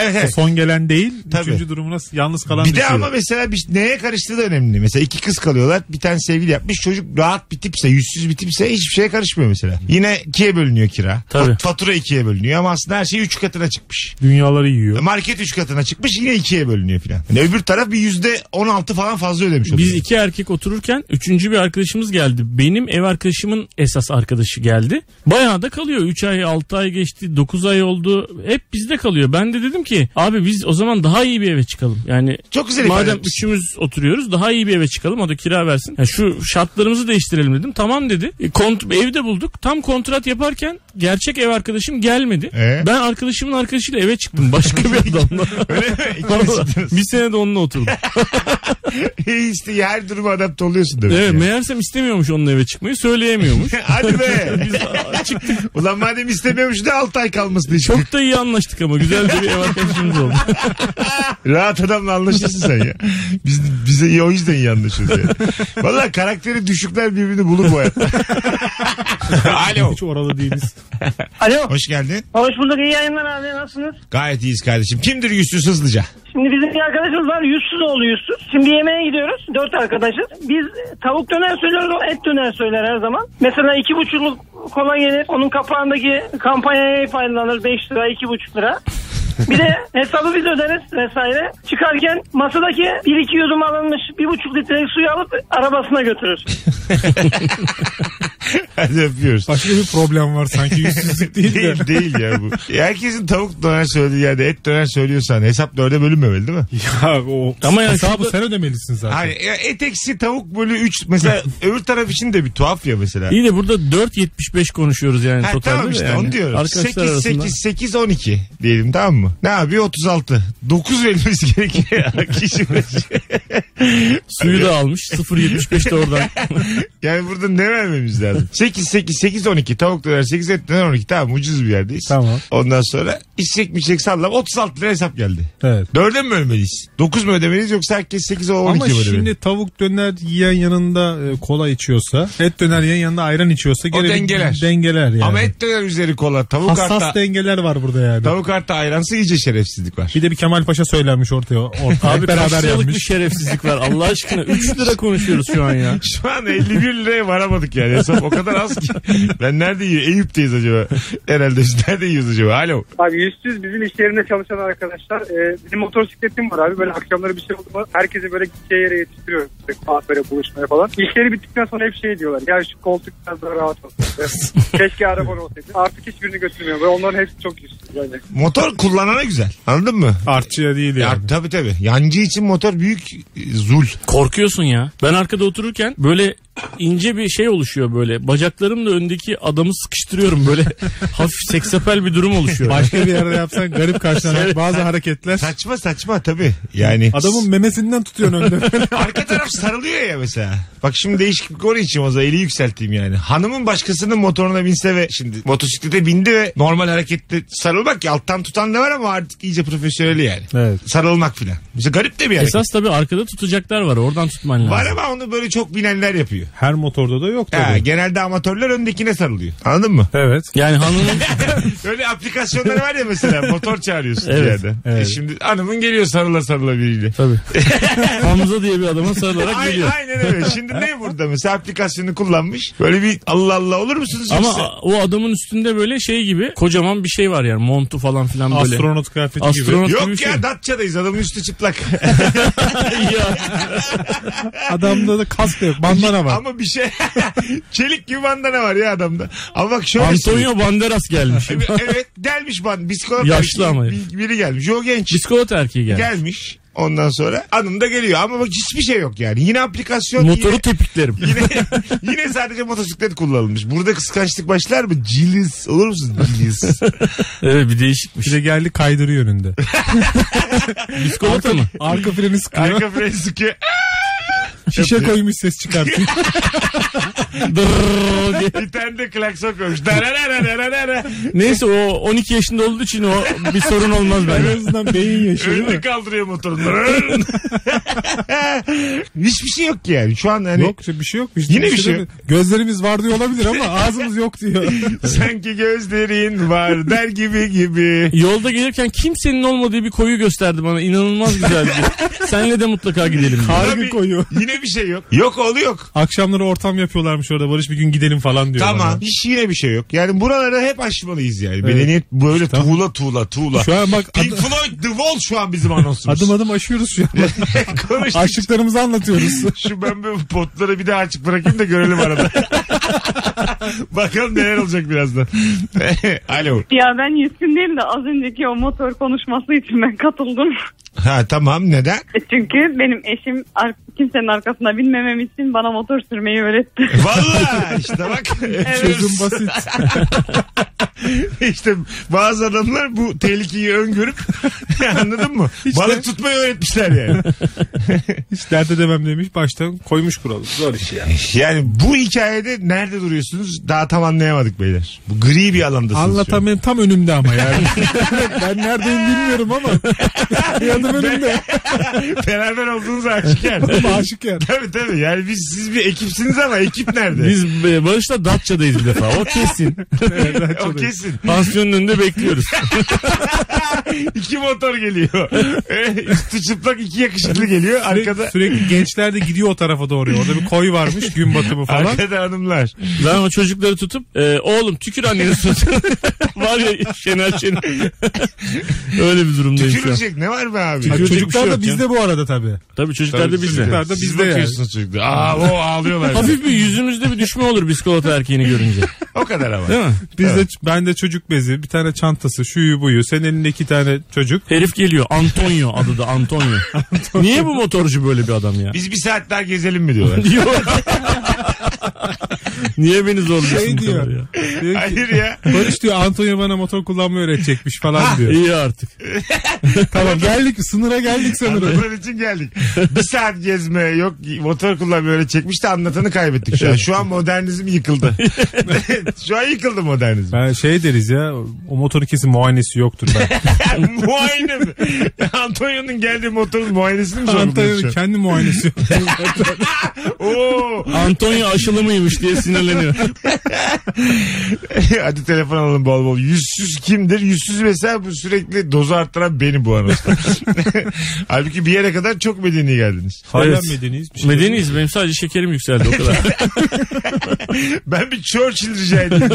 B: evet evet.
D: Son gelen değil.
B: Tabii.
D: Üçüncü durumuna yalnız kalan
B: Bir de
D: düşüyor.
B: ama mesela bir, neye karıştığı da önemli. Mesela iki kız kalıyorlar. Bir tane sevgili yapmış. Çocuk rahat bir tipse, yüzsüz bir tipse hiçbir şeye karışmıyor mesela. Yine ikiye bölünüyor kira.
C: Tabii.
B: Fa- Fatura ikiye bölünüyor ama aslında her şey üç katına çıkmış.
D: Dünyaları yiyor.
B: Market 3 katına çıkmış yine ikiye bölünüyor filan. Yani öbür taraf bir yüzde 16 falan fazla ödemiş oluyor.
C: Biz iki erkek otururken üçüncü bir arkadaşımız geldi. Benim ev arkadaşımın esas arkadaşı geldi. Bayağı da kalıyor. 3 ay 6 ay geçti 9 ay oldu. Hep bizde kalıyor. Ben de dedim ki abi biz o zaman daha iyi bir eve çıkalım. Yani
B: Çok güzel ifade
C: madem
B: etmişsin.
C: üçümüz oturuyoruz daha iyi bir eve çıkalım. O da kira versin. Ya şu şartlarımızı değiştirelim dedim. Tamam dedi. E, kont- evde bulduk. Tam kontrat yaparken gerçek ev arkadaşım gelmedi.
B: Ee?
C: Ben arkadaşımın arkadaşıyla eve çıktım.
B: <laughs>
C: Başka bir adamla.
B: Öyle mi? İkiniz
C: Vallahi
B: çıktınız. <laughs>
C: bir sene de onunla oturdum.
B: işte her duruma adapte oluyorsun demek.
C: Evet
B: yani.
C: meğersem istemiyormuş onunla eve çıkmayı <laughs> söyleyemiyormuş.
B: <laughs> Hadi be.
C: Biz aa, çıktık.
B: Ulan madem istemiyormuş da 6 ay kalmasın işte.
C: Çok da iyi anlaştık ama güzel de bir ev arkadaşımız oldu.
B: Rahat adamla anlaşırsın sen <laughs> ya. Biz, bize iyi o yüzden iyi anlaşıyoruz yani. Valla karakteri düşükler birbirini bulur bu hayatta. Alo.
D: Hiç oralı değiliz.
B: <laughs>
J: Alo.
B: Hoş geldin.
J: Hoş bulduk. iyi yayınlar abi. Nasılsınız?
B: Gayet iyiyiz kardeşim. Kimdir yüzsüz hızlıca?
J: Şimdi bizim bir arkadaşımız var yüzsüz oğlu yüzsüz. Şimdi yemeğe gidiyoruz dört arkadaşız. Biz tavuk döner söylüyoruz o et döner söyler her zaman. Mesela iki buçukluk kola gelir onun kapağındaki kampanyaya faydalanır beş lira iki buçuk lira. Bir de hesabı biz öderiz vesaire. Çıkarken masadaki bir iki yudum alınmış bir buçuk litrelik suyu alıp arabasına götürür.
B: Hadi öpüyoruz.
D: Başka bir problem var sanki yüzsüzlük değil de.
B: <laughs> değil, değil ya bu. Herkesin tavuk döner söylediği yerde et döner söylüyorsan hesap dörde bölünmemeli değil mi?
D: Ya o
C: Ama yani
D: hesabı
C: şurada-
D: sen ödemelisin zaten.
B: Hani ya et eksi tavuk bölü 3 <laughs> mesela öbür taraf için de bir tuhaf ya mesela.
C: <laughs> İyi de burada 4.75 konuşuyoruz yani
B: Ha,
C: totalde.
B: tamam
C: de
B: işte
C: yani.
B: onu diyorum.
C: Arkadaşlar
B: 8,
C: arasında.
B: 8, 8, 12 diyelim tamam mı? Ne yapıyor? 36. 9 verilmesi gerekiyor ya <laughs> kişi başı.
C: Suyu da almış 0.75
B: <laughs>
C: de oradan.
B: Yani burada ne vermemiz
D: <laughs>
B: lazım? 8, 8, 8, 12. Tavuk döner 8, et döner 12. Tamam ucuz bir yerdeyiz.
D: Tamam.
B: Ondan sonra içecek mi içecek sallam 36 lira hesap geldi.
D: Evet.
B: 4'e mi bölmeliyiz? 9 mu ödemeliyiz yoksa herkes 8, 12 mi
D: Ama
B: ödemeli?
D: şimdi tavuk döner yiyen yanında e, kola içiyorsa, et döner yiyen yanında ayran içiyorsa gene bir
B: dengeler.
D: dengeler yani.
B: Ama et döner üzeri kola. Tavuk
D: Hassas
B: arta,
D: dengeler var burada yani.
B: tavuk arta ayransı iyice şerefsizlik var. <laughs>
D: Bir de bir Kemal Paşa söylenmiş ortaya. ortaya
C: Abi
D: Hep beraber
C: kaç liralık bir
D: yenmiş.
C: şerefsizlik var Allah aşkına. 3 lira konuşuyoruz şu an ya.
B: Şu an 51 liraya varamadık yani. Hesap o kadar az
D: <laughs>
B: ki. Ben nerede yiyorum? Eyüp'teyiz acaba. Herhalde biz nerede yiyoruz acaba? Alo.
I: <laughs> Abi yüzsüz bizim iş yerinde çalışan arkadaşlar. E, benim motosikletim var abi. Böyle akşamları bir şey oldu mu herkesi böyle gideceği yere yetiştiriyorum. İşte kuaföre buluşmaya falan. İşleri bittikten sonra hep şey diyorlar. Ya şu <laughs> koltuk biraz daha rahat olsun. Keşke araban olsaydı. Artık hiçbirini götürmüyorum. Ve onların hepsi çok yüzsüz.
G: böyle.
B: Motor kullanana güzel. Anladın mı?
D: Artçıya değil yani.
B: Ya, tabii tabii. Yancı için motor büyük e, zul.
C: Korkuyorsun ya. Ben arkada otururken böyle ince bir şey oluşuyor böyle. Bacaklarımla öndeki adamı
B: <laughs>
C: sıkıştırıyorum böyle. hafif seksapel bir durum oluşuyor.
D: Başka <laughs> bir yerde yapsan garip karşılanan bazı hareketler.
B: Saçma saçma tabii. Yani
D: Adamın memesinden tutuyorsun önde.
B: <laughs> arka taraf sarılıyor ya mesela. Bak şimdi değişiklik oraya için o zaman eli yükselteyim yani. Hanımın başkasının motoruna binse ve şimdi motosiklete bindi ve normal harekette sarılmak ya alttan tutan da var ama artık iyice profesyonel yani.
D: Evet.
B: Sarılmak filan. Mesela garip de bir hareket.
C: Esas tabii arkada tutacaklar var. Oradan tutman lazım.
B: Var ama onu böyle çok bilenler yapıyor.
D: <laughs> Her motorda da yok
B: Ha,
D: tabii.
B: genelde amatörler öndekine sarılıyor. Anladın mı?
D: Evet.
C: Yani hanımın
B: Öyle aplikasyonlar var ya mesela motor çağırıyorsun bir
C: Evet,
B: yerde. E şimdi hanımın geliyor sarıla sarıla biriyle. <laughs>
C: tabii. Hamza diye bir adama sarılarak
B: Ay-
C: geliyor.
B: aynen öyle. Şimdi ne burada mesela aplikasyonu kullanmış. Böyle bir Allah Allah olur musunuz? yoksa?
C: Ama o adamın üstünde böyle şey gibi kocaman bir şey var yani montu falan filan böyle.
D: Astronot kıyafeti gibi.
C: Astronot gibi bir
B: Yok
C: şey.
B: ya Datça'dayız adamın üstü çıplak.
C: <laughs>
B: <laughs>
C: Ya.
D: Adamda da
B: <laughs>
D: kask da yok. Bandana var.
B: Ama bir şey <laughs> çelik gibi bandana var ya adamda. Ama bak şöyle
C: Antonio Banderas gelmiş.
B: Evet, evet gelmiş ban bisiklet
C: Yaşlı ama.
B: biri gelmiş. Yo genç
C: Psikolog erkeği gelmiş.
B: gelmiş. Ondan sonra hanım da geliyor ama bak hiçbir şey yok yani. Yine aplikasyon
C: Motoru
B: yine-
D: <laughs>
C: tepiklerim.
B: Yine, <laughs> yine sadece motosiklet kullanılmış. Burada kıskançlık başlar mı? Ciliz. Olur musun?
C: <laughs>
B: Ciliz.
C: Evet bir değişikmiş.
D: Bir de geldi
C: <laughs>
D: kaydırıyor önünde.
C: Psikolog mı?
D: Arka freni sıkıyor.
B: Arka freni sıkıyor.
D: şişe koymuş ses
C: <laughs>
D: çıkartıyor. <laughs>
C: Dırrrr diye.
B: Bir tane de klakson koymuş. Darararararara.
C: Neyse o 12 yaşında olduğu için o bir sorun olmaz
D: en
C: bence.
D: azından beyin yaşıyor değil
B: Önünü
D: mi?
B: kaldırıyor motorunu. <laughs> Hiçbir şey yok ki yani. Şu an hani
D: Yok işte bir şey yok. Biz
B: Yine bir
D: de-
B: şey yok.
D: Gözlerimiz var diyor olabilir
B: <laughs>
D: ama ağzımız yok diyor.
B: sanki gözlerin var der gibi gibi.
C: Yolda gelirken kimsenin olmadığı bir koyu gösterdi bana. İnanılmaz güzeldi.
D: <laughs>
C: Senle de mutlaka gidelim. diye.
D: Harbi
B: Tabii.
D: koyuyor.
B: Yine bir şey yok. Yok oğlu yok.
D: Akşamları ortam yapıyorlarmış orada Barış bir gün gidelim falan diyor
B: Tamam.
D: bana.
B: Hiç yine bir şey yok. Yani buralara hep aşmalıyız yani.
D: Evet.
B: Medeniyet böyle tuğla tuğla tuğla.
D: Şu an bak
B: Pink
D: ad-
B: Floyd The Wall şu an bizim anonsumuz.
D: adım adım aşıyoruz şu an.
B: <laughs> Konuştuk.
C: <laughs>
D: Açlıklarımızı anlatıyoruz.
B: Şu ben bu potları bir daha açık bırakayım da görelim <laughs> arada. Bakalım neler olacak birazdan. <laughs> Alo.
H: Ya ben Yuskin değil de az önceki o motor konuşması için ben katıldım.
B: Ha tamam neden?
H: Çünkü benim eşim ar- kimsenin arkasına binmemem için bana motor sürmeyi öğretti.
B: Valla <laughs> işte bak.
D: Çözüm basit.
B: işte bazı adamlar bu tehlikeyi öngörüp <laughs> anladın mı? Balık tutmayı öğretmişler yani.
D: Hiç dert edemem demiş baştan koymuş kuralı. Zor iş ya.
B: Yani bu hikayede nerede duruyorsunuz daha tam anlayamadık beyler. Bu gri bir alandasınız. şu an.
D: Anlatan benim şey. tam önümde
C: <laughs>
D: ama yani. ben neredeyim bilmiyorum ama. Yanım önümde.
B: Beraber olduğunuz <laughs> aşikar.
D: Ama aşık yani.
B: tabii tabii yani biz, siz bir ekipsiniz ama ekip nerede?
C: Biz e, Barış'la Datça'dayız bir
D: <laughs>
C: defa. O kesin.
B: o kesin.
C: Pansiyonun önünde bekliyoruz.
B: İki motor geliyor. Eh, Üstü çıplak iki yakışıklı geliyor. Arkada
D: Sürekli gençler de gidiyor o tarafa doğru. Orada bir koy varmış gün batımı falan.
B: arkada hanımlar.
C: Ben o çocukları tutup e, oğlum tükür annenin suratına. <laughs> Var ya Şener Şen. <laughs> Öyle bir durumdayım şu an.
B: Tükürülecek ne var be abi?
D: Ha,
C: Tükürecek bir
D: çocuklar
C: şey
D: da
C: yok
D: bizde bu arada tabii.
C: Tabii çocuklar da bizde.
D: Çocuklar da
B: Siz
D: bizde yani.
B: bakıyorsunuz çocuklar. Aa o ağlıyorlar.
C: Hafif bir yüzümüzde bir düşme olur bisikolata erkeğini görünce.
B: o kadar ama.
C: Değil mi?
D: Bizde bende çocuk bezi, bir tane çantası, şuyu buyu. Senin elinde iki tane
C: <laughs>
D: çocuk.
C: Herif geliyor. Antonio adı da
D: <laughs>
C: Antonio. Niye bu motorcu böyle bir adam ya?
B: Biz bir saat daha gezelim mi
D: <laughs>
B: diyorlar.
C: Diyor. Niye beni zorluyorsun
D: Şey
C: bu
D: diyor.
C: kadar ya?
D: diyor ki,
B: Hayır ya.
D: Barış diyor Antonio bana motor kullanmayı öğretecekmiş falan diyor.
C: İyi artık.
D: <laughs> tamam geldik sınıra geldik sanırım.
B: Anlatan için geldik. Bir saat gezme yok motor kullanma öyle çekmiş de anlatanı kaybettik şu an. Şu an modernizm
D: <laughs>
B: yıkıldı. şu an yıkıldı modernizm.
D: Ben şey deriz ya o motorun kesin muayenesi
B: <laughs>
D: yoktur ben.
B: Muayene mi? Antonio'nun geldiği motorun muayenesini mi sorguluyorsun şu
D: Antonio'nun
B: an?
D: kendi
B: <laughs>
D: muayenesi yok. <laughs>
B: Oo.
C: Antonio aşılı mıymış diye sinirleniyor.
D: <laughs>
B: <laughs> Hadi telefon alalım bol bol. Yüzsüz kimdir? Yüzsüz mesela bu sürekli dozu arttıran benim bu anonsta. <laughs> Halbuki bir yere kadar çok medeni geldiniz.
D: Hala
C: Evet.
D: medeniyiz. Bir şey yok.
C: Medeniyiz benim sadece şekerim yükseldi
D: <laughs>
C: o kadar.
B: Ben bir Churchill rica edeyim.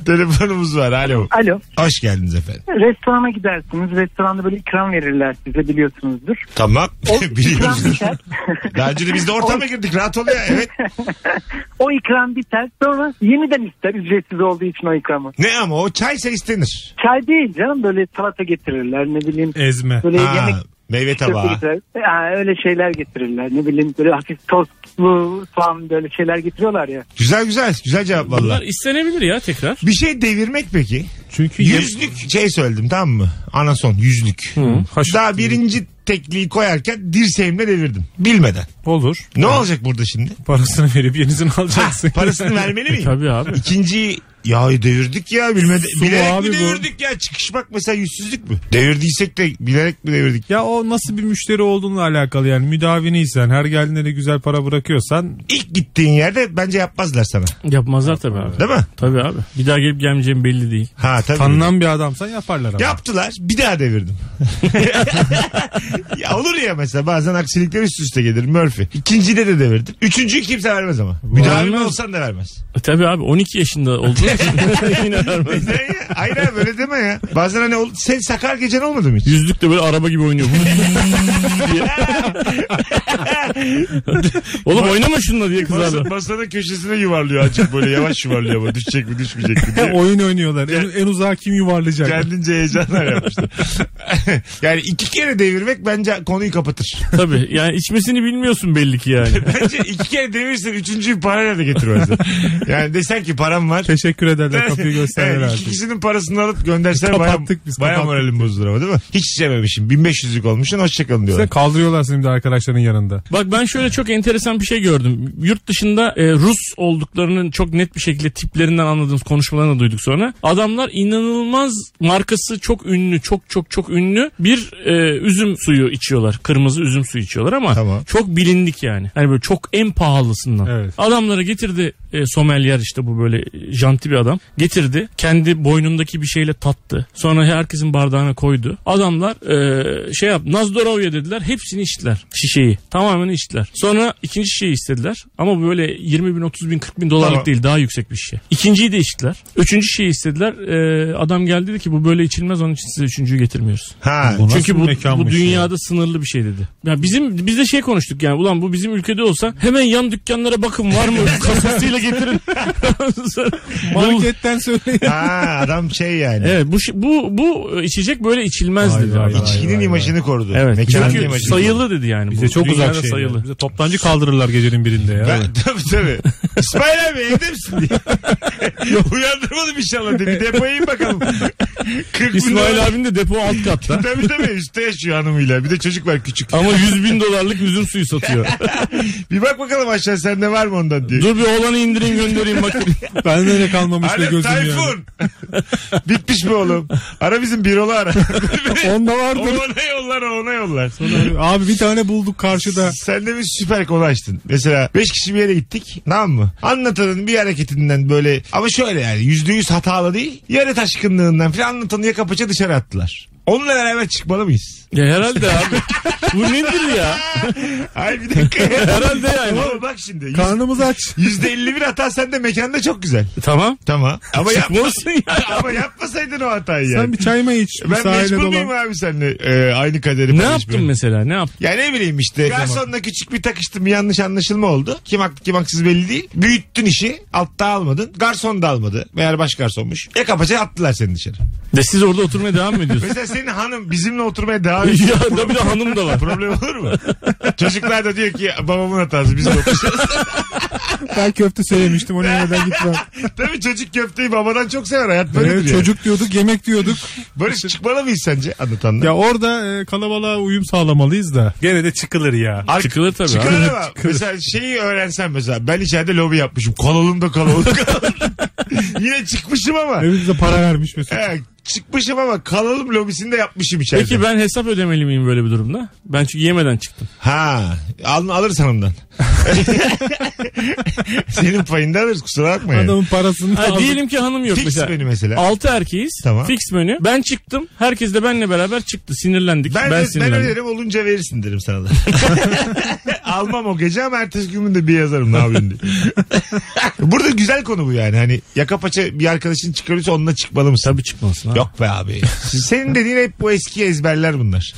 B: <laughs> Telefonumuz var. Alo.
K: Alo.
B: Hoş geldiniz efendim.
K: Restorana gidersiniz. Restoranda böyle ikram verirler size biliyorsunuzdur.
B: Tamam.
K: O ikram
B: <laughs> Biliyoruz.
K: biter.
B: Daha önce de biz de ortama girdik. Rahat ol ya. Evet.
K: <laughs> o ikram biter. Sonra yeniden ister ücretsiz olduğu için o ikramı.
B: Ne ama o çaysa istenir.
K: Çay değil canım böyle salata getirirler ne bileyim.
D: Ezme.
K: Böyle
B: Ha,
K: Ee, yemek
B: Meyve
K: Köfte
B: tabağı.
K: getirirler. Ha, öyle şeyler getirirler. Ne bileyim böyle hafif tostlu falan böyle şeyler getiriyorlar ya.
B: Güzel güzel. Güzel cevap valla.
C: Bunlar istenebilir ya tekrar.
B: Bir şey devirmek peki?
D: Çünkü
B: Yüzlük şey söyledim tamam mı? Anason yüzlük. Daha birinci tekliği koyarken dirseğimle devirdim. Bilmeden.
D: Olur.
B: Ne olacak burada şimdi?
D: Parasını verip yenisini alacaksın.
B: Parasını vermeli miyim?
C: Tabii abi.
B: İkinciyi ya devirdik ya bilmedi.
D: Su
B: bilerek
D: abi
B: mi
D: bu.
B: devirdik ya? Çıkışmak mesela yüzsüzlük mü? Devirdiysek de bilerek mi devirdik?
D: <laughs> Ya o nasıl bir müşteri olduğunla alakalı yani müdaviniysen her geldiğinde de güzel para bırakıyorsan
B: İlk gittiğin yerde bence yapmazlar sana.
C: Yapmazlar tabii abi.
B: Değil mi?
C: Tabii abi. Bir daha gelip gelmeyeceğim belli değil.
B: Ha tabii.
D: tanınan bir adamsan yaparlar ama.
B: Yaptılar bir daha devirdim. <laughs> ya olur ya mesela bazen aksilikler üst üste gelir Murphy. İkincide de devirdim. Üçüncüyü kimse vermez ama. Müdavim
C: Vermez.
B: olsan da vermez.
C: E, tabii abi 12 yaşında olduğu için <laughs>
D: <laughs>
C: yine vermez.
B: Neden ya? Hayır abi öyle deme ya. Bazen hani ol- sen sakar gecen olmadı mı hiç?
C: Yüzlük de böyle araba gibi oynuyor. Oğlum oynama şununla diye
B: Masa,
C: kızardı.
B: masanın köşesine yuvarlıyor azıcık böyle yavaş yuvarlıyor ama düşecek mi düşmeyecek mi <laughs> diye.
D: E, Oyun oynuyorlar. En, en uzağa kim yuvarlayacak?
B: Kendince heyecanlar yapmıştı. <laughs> yani iki kere devirmek bence konuyu kapatır. <laughs>
C: Tabii yani içmesini bilmiyorsun belli ki yani.
B: Bence iki kere devirsen üçüncüyü parayla da getirmezler. Yani desen ki param var.
D: Teşekkür ederler kapıyı gösterdiler
B: <laughs> Evet, iki
D: artık.
B: kişinin parasını alıp göndersen baya,
D: Kapattık biz,
B: baya
D: kapattık.
B: moralim bozulur ama değil mi? Hiç içememişim. 1500'lük olmuşsun hoşçakalın
D: Size
B: diyorlar.
D: kaldırıyorlar seni de arkadaşların yanında.
C: Bak ben şöyle çok enteresan bir şey gördüm. Yurt dışında e, Rus olduklarının çok net bir şekilde tiplerinden anladığımız konuşmalarını da duyduk sonra. Adamlar inanılmaz markası çok ünlü, çok çok çok ünlü bir e, üzüm suyu içiyorlar. Kırmızı üzüm suyu içiyorlar ama
B: Tamam.
C: çok bilindik yani. Hani böyle çok en pahalısından.
D: Evet.
C: Adamlara getirdi e, sommelier işte bu böyle e, janti bir adam. Getirdi. Kendi boynundaki bir şeyle tattı. Sonra herkesin bardağına koydu. Adamlar e, şey yap Nazdorovya dediler. Hepsini içtiler. Şişeyi. Tamamen içtiler. Sonra ikinci şişeyi istediler. Ama bu böyle 20 bin 30 bin 40 bin dolarlık
B: Tamam.
C: değil. Daha yüksek bir şişe. İkinciyi de içtiler. Üçüncü şeyi istediler. E, adam geldi dedi ki bu böyle içilmez. Onun için size üçüncüyü getirmiyoruz.
B: Ha,
D: Bu nasıl
C: Çünkü
D: bir
C: bu, bu
D: mekanmış ya?
C: dünyada sınırlı bir şey dedi. Ya bizim biz de şey konuştuk yani ulan bu bizim ülkede olsa hemen yan dükkanlara bakın var
D: <laughs>
C: mı kasasıyla <laughs> getirin. Bu-
B: <laughs>
D: Marketten söyleyin.
B: ha, adam şey yani.
C: evet bu şi- bu bu içecek böyle içilmez
D: Vay
C: dedi
D: vay
C: adam.
D: vay.
B: İçkinin imajını korudu.
C: Evet.
B: Mekanın
C: Çünkü
B: imajını
C: sayılı dedi yani.
D: Bize
C: bu.
D: çok
C: Dünyada
D: uzak şey.
C: sayılı.
D: Bize toptancı kaldırırlar gecenin birinde ya.
B: Ben, <laughs> tabii tabii. İsmail abi evde misin
D: <laughs>
B: diye. Uyandırmadım inşallah. diye. Bir depoya in
D: <laughs>
B: bakalım. 40 bin dolar-
C: <laughs> İsmail abinin de depo alt
B: <laughs>
C: katta.
B: Tabii tabii üstte yaşıyor hanımıyla. Bir de çocuk var küçük.
C: Ama 100 bin dolarlık üzüm suyu
D: <laughs>
C: satıyor.
B: Bir bak bakalım aşağı sende var mı ondan diye.
C: Dur bir oğlanı indireyim göndereyim bakayım.
D: <laughs> Ben öyle kalmamış da
B: Alo
D: gözüm yani.
B: Tayfun. <laughs> Bitmiş mi oğlum? Ara bizim birolu
D: <laughs>
B: ara.
D: Onda
B: O
D: vardır.
B: ona yollar o ona yollar.
D: Abi bir tane bulduk karşıda.
B: <laughs> Sen de bir süper konu açtın. Mesela 5 kişi bir yere gittik. Tamam mı? Anlatanın bir hareketinden böyle ama şöyle yani yüzde yüz hatalı değil. Yarı taşkınlığından falan anlatanı yaka paça dışarı attılar. Onunla beraber çıkmalı <laughs> mıyız?
C: ya herhalde abi. Bu nedir ya?
B: Ay bir dakika.
C: Herhalde yani.
B: Oğlum bak şimdi.
D: Karnımız aç.
B: Yüzde elli bir hata sende mekanda çok güzel.
C: Tamam.
B: Tamam. Ama, yap,
C: Çıkmalısın ya.
B: ama yapmasaydın o hatayı yani.
D: Sen bir çay mı iç?
B: Ben
D: Sahile
B: mecbur
D: dolan.
B: muyum abi seninle e, aynı kaderi
C: Ne
B: paylaşmaya?
C: yaptın mesela? Ne yaptın?
B: Ya ne bileyim işte. Garsonla küçük bir takıştım yanlış anlaşılma oldu. Kim haklı kim haksız belli değil. Büyüttün işi altta almadın. Garson da almadı. Meğer baş garsonmuş. E kapaça attılar seni dışarı.
C: De siz orada oturmaya devam mı
B: <laughs>
C: ediyorsunuz?
B: Mesela senin hanım bizimle oturmaya devam <laughs> ediyor.
C: ya da bir de hanım da var.
B: Problem olur mu? Çocuklar da diyor ki babamın hatası biz de okuyacağız. <laughs>
D: Ben köfte söylemiştim ona yemeden gitmem.
B: Tabii çocuk köfteyi babadan çok sever hayat böyle
D: Evet, çocuk diyorduk yemek diyorduk.
B: Barış çıkmalı mıyız sence anlatanlar?
D: Ya orada e, kalabalığa uyum sağlamalıyız da. Gene de çıkılır ya.
B: Ar-
C: Çıkılır tabii
B: Çıkılır
C: abi.
B: ama mesela şeyi öğrensen mesela ben içeride lobi yapmışım. Kalalım da kalalım <laughs> da kalalım. Yine çıkmışım ama.
D: Evimize para vermiş Mesut.
B: He, çıkmışım ama kalalım lobisini de yapmışım içeride.
C: Peki ben hesap ödemeli miyim böyle bir durumda? Ben çünkü yemeden çıktım.
B: Ha al, alırız hanımdan. Senin payında alırız kusura bakma. Yani.
D: Adamın parasını
C: Ha,
D: aldık.
C: diyelim ki hanım yok
B: Fix
C: mesela.
B: menü mesela.
C: 6 erkeğiz.
B: Tamam.
C: Fix menü. Ben çıktım. Herkes de benimle beraber çıktı. Sinirlendik.
B: Ben,
C: Ben,
B: ben,
C: sinirlendim.
B: öderim olunca verirsin derim sana da. Almam o gece ama ertesi gün de bir yazarım ne yapayım diye. Burada güzel konu bu yani. Hani yaka paça bir arkadaşın çıkarıyorsa onunla çıkmalı mısın? Tabii çıkmalısın. Yok be abi. Senin dediğin hep bu eski ezberler bunlar.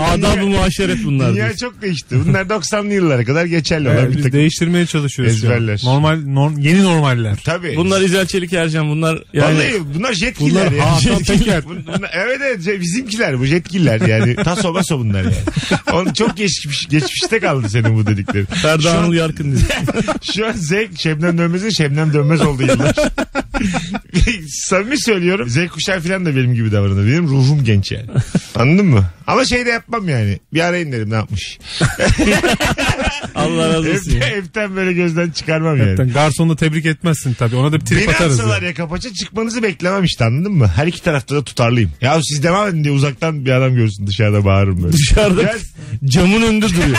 C: Adab-ı muaşeret bunlar
B: Dünya
C: diyorsun.
B: çok değişti. Bunlar 90'lı yıllara kadar geçerli olan
D: Evet,
B: bir
D: biz
B: takım.
D: değiştirmeye çalışıyoruz. şu an.
B: Ezberler.
D: Normal, norm- yeni normaller.
B: Tabii.
C: Bunlar İzel Çelik Ercan bunlar yani.
B: Vallahi bunlar jetkiler
C: Bunlar <laughs>
B: yani. <laughs> Şey-
C: Hakan Peker.
B: Bun- bunlar- evet evet ce- bizimkiler bu jetkiler
C: <laughs>
B: yani. Taso baso bunlar yani. Onun çok geçmiş, geçmişte kaldı senin bu dediklerin. Şu
C: Ferda
B: an-
C: Anıl Yarkın
B: <laughs>
C: diyor.
B: Şu an zevk Şebnem Dönmez'e Şebnem Dönmez oldu yıllar. <laughs> Samimi söylüyorum. Z kuşağı falan da benim gibi davranır. Benim ruhum genç yani. Anladın mı? Ama şey de yapmam yani. Bir arayın derim ne yapmış.
C: Allah razı olsun.
B: Evden,
C: ya.
B: evden böyle gözden çıkarmam yani.
D: Hatta garsonu tebrik etmezsin tabii. Ona da bir trip
B: Beni
D: atarız.
B: atsalar
D: ya.
B: yaka paça çıkmanızı beklemem işte anladın mı? Her iki tarafta da tutarlıyım. Ya siz devam edin diye uzaktan bir adam görsün dışarıda bağırırım
C: <laughs>
B: böyle.
C: Dışarıda
B: Gel,
C: camın önünde <laughs> duruyor.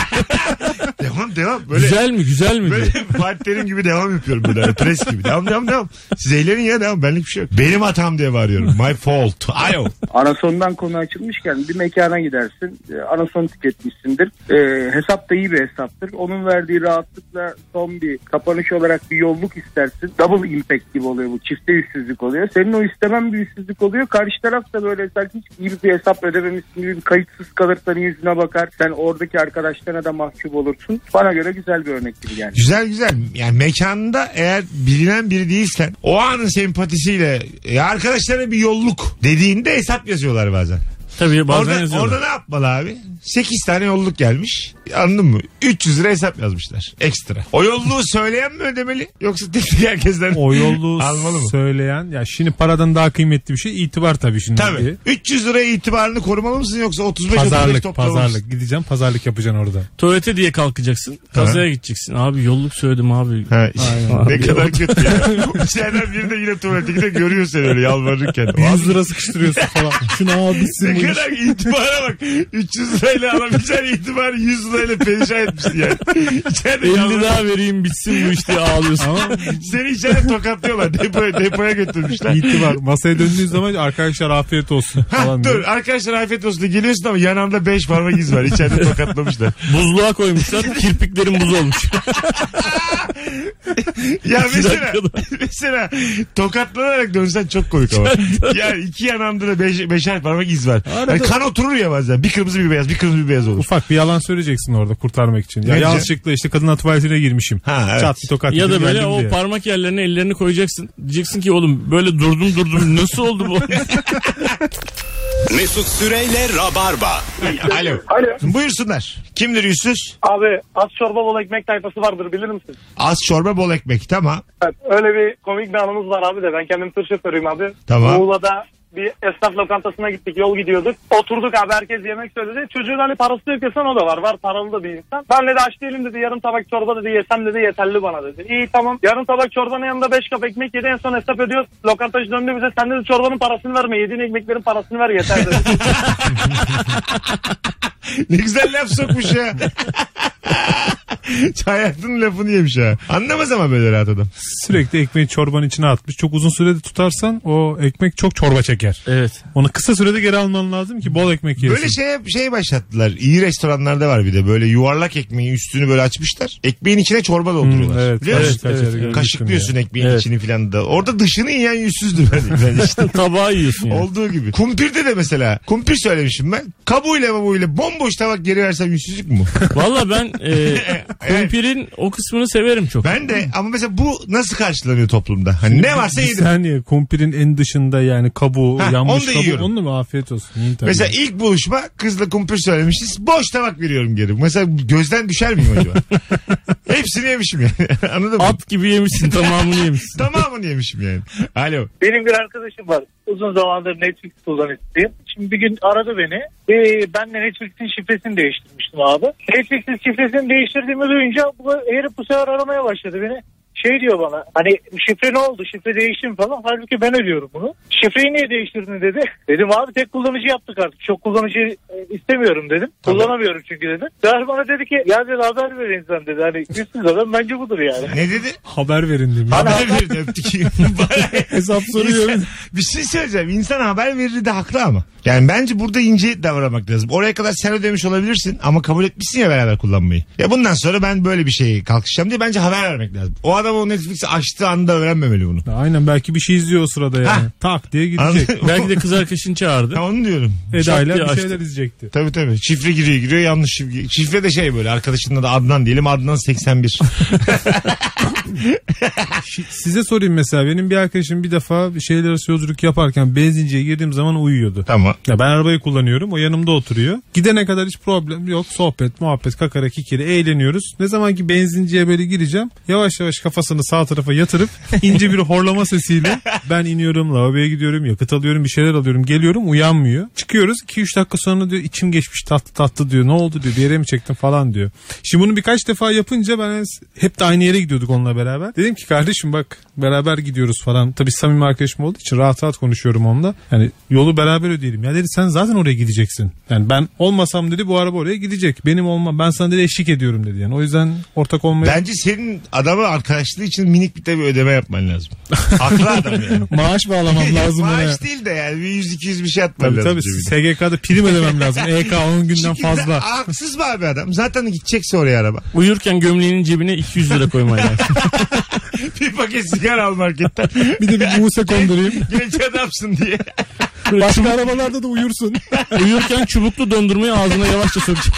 B: devam devam böyle.
C: güzel mi güzel mi diyor.
B: Böyle Fatih Terim gibi devam yapıyorum böyle. Hani Pres gibi. Devam devam devam. Siz eğlenin ya devam. Benlik bir şey yok. Benim hatam diye bağırıyorum. My fault. Ayo.
K: Anasondan konu açılmışken bir mekana gidersin. e, Anason tüketmişsindir. E, hesap da iyi bir hesaptır. Onun verdiği rahatlıkla son bir kapanış olarak bir yolluk istersin. Double impact gibi oluyor bu. Çifte yüzsüzlük oluyor. Senin o istemem bir yüzsüzlük oluyor. Karşı taraf da böyle sanki hiç iyi bir hesap ödememişsin gibi bir kayıtsız kalır senin yüzüne bakar. Sen oradaki arkadaşlarına da mahcup olursun. Bana göre güzel bir örnek gibi geldi.
B: Güzel güzel. Yani mekanda eğer bilinen biri değilsen o anın sempatisiyle ya arkadaşlarına bir yolluk dediğinde hesap yazıyorlar bazen.
C: Tabii bazen
B: orada,
C: yazıyorlar.
B: orada ne yapmalı abi? 8 tane yolluk gelmiş. Anladın mı? 300 lira hesap yazmışlar. Ekstra. O yolluğu söyleyen mi ödemeli? Yoksa tek tek herkesten
D: O
B: <laughs>
D: yolu
B: almalı mı?
D: söyleyen ya şimdi paradan daha kıymetli bir şey itibar tabii şimdi.
B: Tabii. şey 300 lira itibarını korumalı mısın yoksa 35 35
D: Pazarlık,
B: toplamalı mısın?
D: pazarlık. Gideceğim pazarlık yapacaksın orada.
C: Tuvalete diye kalkacaksın. Kazaya gideceksin. Abi yolluk söyledim abi.
B: Ha, <laughs>
C: Aynen.
B: ne kadar kötü ya. İçeriden biri de yine tuvalete gidiyor görüyor seni öyle yalvarırken.
D: 100 lira sıkıştırıyorsun
B: <laughs>
D: falan. Şunu abisin
B: Ne kadar itibara bak. 300 lirayla alabileceğin itibarı 100 lirayla perişan etmişsin yani. İçeride
C: 50
B: yalvarıyor.
C: daha vereyim bitsin bu iş diye ağlıyorsun.
B: Seni içeride tokatlıyorlar. Depoya, depoya götürmüşler.
D: İtibar. Masaya döndüğün zaman arkadaşlar afiyet olsun
B: <laughs> Ha,
D: falan.
B: dur
D: diyor.
B: arkadaşlar afiyet olsun diye geliyorsun ama yanağında 5 parmak iz var. İçeride tokatlamışlar.
C: <laughs> Buzluğa koymuşlar. Kirpiklerin buz olmuş.
B: Ya mesela,
C: dakikada.
B: mesela tokatlanarak dönsen çok komik ama. yani iki yanağında da beş, beşer parmak iz var. Yani kan oturur ya bazen. Bir kırmızı bir beyaz, bir kırmızı bir beyaz olur.
D: Ufak bir yalan söyleyeceksin orada kurtarmak için. Ya
B: Bence-
D: yanlışlıkla işte kadın tuvaletine girmişim.
B: Ha, evet.
D: Çat bir tokat.
C: ya da
D: yedim,
C: böyle
D: geldim
C: o
D: diye.
C: parmak yerlerine ellerini koyacaksın. Diyeceksin ki oğlum böyle durdum durdum nasıl oldu bu?
A: Mesut Süreyle Rabarba.
B: Alo.
I: Alo.
B: Buyursunlar. Kimdir yüzsüz?
I: Abi az çorba bol ekmek tayfası vardır bilir misin?
B: Az çorba bol ekmek tamam.
I: Evet, öyle bir komik bir anımız var abi de ben kendim tır şoförüyüm abi.
B: Tamam.
I: Muğla'da bir esnaf lokantasına gittik yol gidiyorduk. Oturduk abi herkes yemek söyledi. Çocuğun hani parası yok desen o da var. Var paralı da bir insan. Ben dedi aç değilim dedi yarım tabak çorba dedi yesem dedi yeterli bana dedi. İyi tamam yarım tabak çorbanın yanında 5 kap ekmek yedi en son esnaf ödüyor. Lokantacı döndü bize sen dedi çorbanın parasını verme yediğin ekmeklerin parasını ver yeter
J: <laughs>
I: dedi.
B: Ne güzel laf sokmuş ya. Hayatın lafını yemiş ha. Anlamaz ama böyle rahat adam.
D: Sürekli ekmeği çorbanın içine atmış. Çok uzun sürede tutarsan o ekmek çok çorba çeker.
C: <laughs> evet.
D: Onu kısa sürede geri alman lazım ki bol ekmek yesin.
B: Böyle şey şey başlattılar. İyi restoranlarda var bir de. Böyle yuvarlak ekmeğin üstünü böyle açmışlar. Ekmeğin içine çorba dolduruyorlar.
D: Hmm, evet,
B: Biliyor musun?
D: evet, evet, evet.
B: Kaşıklıyorsun ekmeğin
C: Evet.
B: içini filan da. Orada dışını yiyen yüzsüzdür bence.
D: <laughs>
B: bence işte.
C: Tabağı yiyorsun yani.
B: Olduğu gibi. Kumpirde de mesela. Kumpir söylemişim ben. Kabuğuyla babuğuyla bomboş tabak geri versem yüzsüzlük
D: <laughs>
B: mü? bu?
C: Valla ben <laughs> e, kumpirin o kısmını severim çok.
B: ben de ama mesela bu nasıl karşılanıyor toplumda? Hani ne varsa yedim.
D: Sen ya kumpirin en dışında yani kabuğu
B: Ha,
D: yanmış
B: onu da
D: kabuğu.
B: yiyorum.
D: Onu da mı afiyet olsun. Yiyin tabii.
B: Mesela ilk buluşma kızla kumpir söylemişiz. Boş tabak veriyorum geri. Mesela gözden düşer miyim acaba?
D: <laughs>
B: Hepsini yemişim yani. <laughs> Anladın mı?
C: At gibi yemişsin tamamını yemişsin.
B: Tamamını yemişim yani. Alo.
K: Benim bir arkadaşım var. Uzun zamandır Netflix kullanıcısıyım. Şimdi bir gün aradı beni. Ee, ben de Netflix'in şifresini değiştirmiştim abi. Netflix'in şifresini değiştirdiğimi duyunca bu herif bu sefer aramaya başladı beni.
L: şey diyor bana hani şifre ne oldu şifre değişim falan halbuki ben ödüyorum bunu. Şifreyi niye değiştirdin dedi. Dedim abi tek kullanıcı yaptık artık çok kullanıcı e, istemiyorum dedim. Kullanamıyorum çünkü dedi. Der bana dedi ki ya dedi şey haber ver insan dedi hani üstüz adam bence budur yani.
B: Ne dedi?
D: Haber verin demiş.
B: Haber verin öptük.
D: Hesap
C: <laughs>
D: soruyor.
B: İnsan- bir şey söyleyeceğim. İnsan haber verir de haklı ama. Yani bence burada ince davranmak lazım. Oraya kadar sen ödemiş olabilirsin ama kabul etmişsin ya beraber kullanmayı. Ya bundan sonra ben böyle bir şeye kalkışacağım diye bence haber vermek lazım. O adam o Netflix'i açtığı anda öğrenmemeli bunu.
D: Aynen belki bir şey izliyor o sırada yani. Tak diye
B: Anladın
D: gidecek.
B: mı?
D: belki de
C: kız arkadaşını çağırdı.
B: Ha, onu diyorum.
D: Eda'yla bir şeyler izleyecekti.
B: Tabii tabii. Şifre giriyor giriyor yanlış şifre. Şifre de şey böyle arkadaşının da Adnan diyelim. Adnan 81.
D: Size sorayım mesela benim bir arkadaşım bir defa bir şeyler arası yolculuk yaparken benzinciye girdiğim zaman uyuyordu.
B: Tamam.
D: Ya ben arabayı kullanıyorum o yanımda oturuyor. Gidene kadar hiç problem yok sohbet muhabbet kakara kikiri eğleniyoruz. Ne zaman ki benzinciye böyle gireceğim yavaş yavaş kafasını sağ tarafa yatırıp <laughs> ince bir horlama sesiyle ben iniyorum lavaboya gidiyorum yakıt alıyorum bir şeyler alıyorum geliyorum uyanmıyor. Çıkıyoruz 2-3 dakika sonra diyor içim geçmiş tatlı tatlı diyor ne oldu diyor bir yere mi çektin falan diyor. Şimdi bunu birkaç defa yapınca ben hep de aynı yere gidiyorduk onunla beraber. Dedim ki kardeşim bak beraber gidiyoruz falan. Tabii samimi arkadaşım olduğu için rahat rahat konuşuyorum onunla. Yani yolu beraber ödeyelim. Ya dedi sen zaten oraya gideceksin. Yani ben olmasam dedi bu araba oraya gidecek. Benim olmam ben sana dedi eşlik ediyorum dedi. Yani o yüzden ortak olmaya...
B: Bence senin adama arkadaşlığı için minik bir de bir ödeme yapman lazım. Haklı adam
D: <laughs>
B: yani.
D: Maaş
C: <laughs>
D: bağlamam lazım ona.
B: Maaş değil de yani bir 100-200 bir şey atman
D: Tabii
B: lazım.
D: tabii
B: cebine.
D: SGK'da
C: <laughs>
D: prim ödemem lazım. EK 10 günden
B: Çünkü
D: fazla.
B: za- Haksız mı abi adam? Zaten gidecekse oraya araba. <laughs>
C: Uyurken gömleğinin cebine 200 lira koyman lazım.
B: bir paket sigara al marketten.
D: <laughs> bir de bir Buse kondurayım.
B: Genç adamsın diye.
D: Başka arabalarda da uyursun.
C: Uyurken çubuklu dondurmayı ağzına yavaşça sokacak.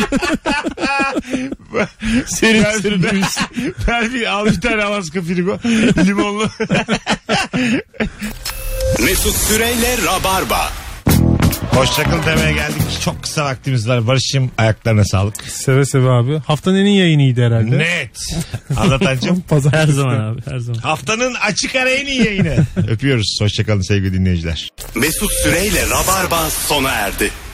C: Serin
B: Ver-
C: serin
B: ver-
C: uyusun.
B: <laughs> ver bir- al bir tane Alaska frigo. <laughs> Limonlu.
A: Mesut Süreyle Rabarba.
B: Hoşçakal demeye geldik. Çok kısa vaktimiz var. Barış'ım ayaklarına sağlık.
D: Seve seve abi. Haftanın en iyi yayınıydı herhalde.
B: Net. Anlatancım.
D: Pazartesi.
C: Her zaman abi her zaman.
B: Haftanın açık ara en iyi <laughs> yayını. Öpüyoruz. Hoşçakalın sevgili dinleyiciler.
A: Mesut Süreyle Rabarba sona erdi.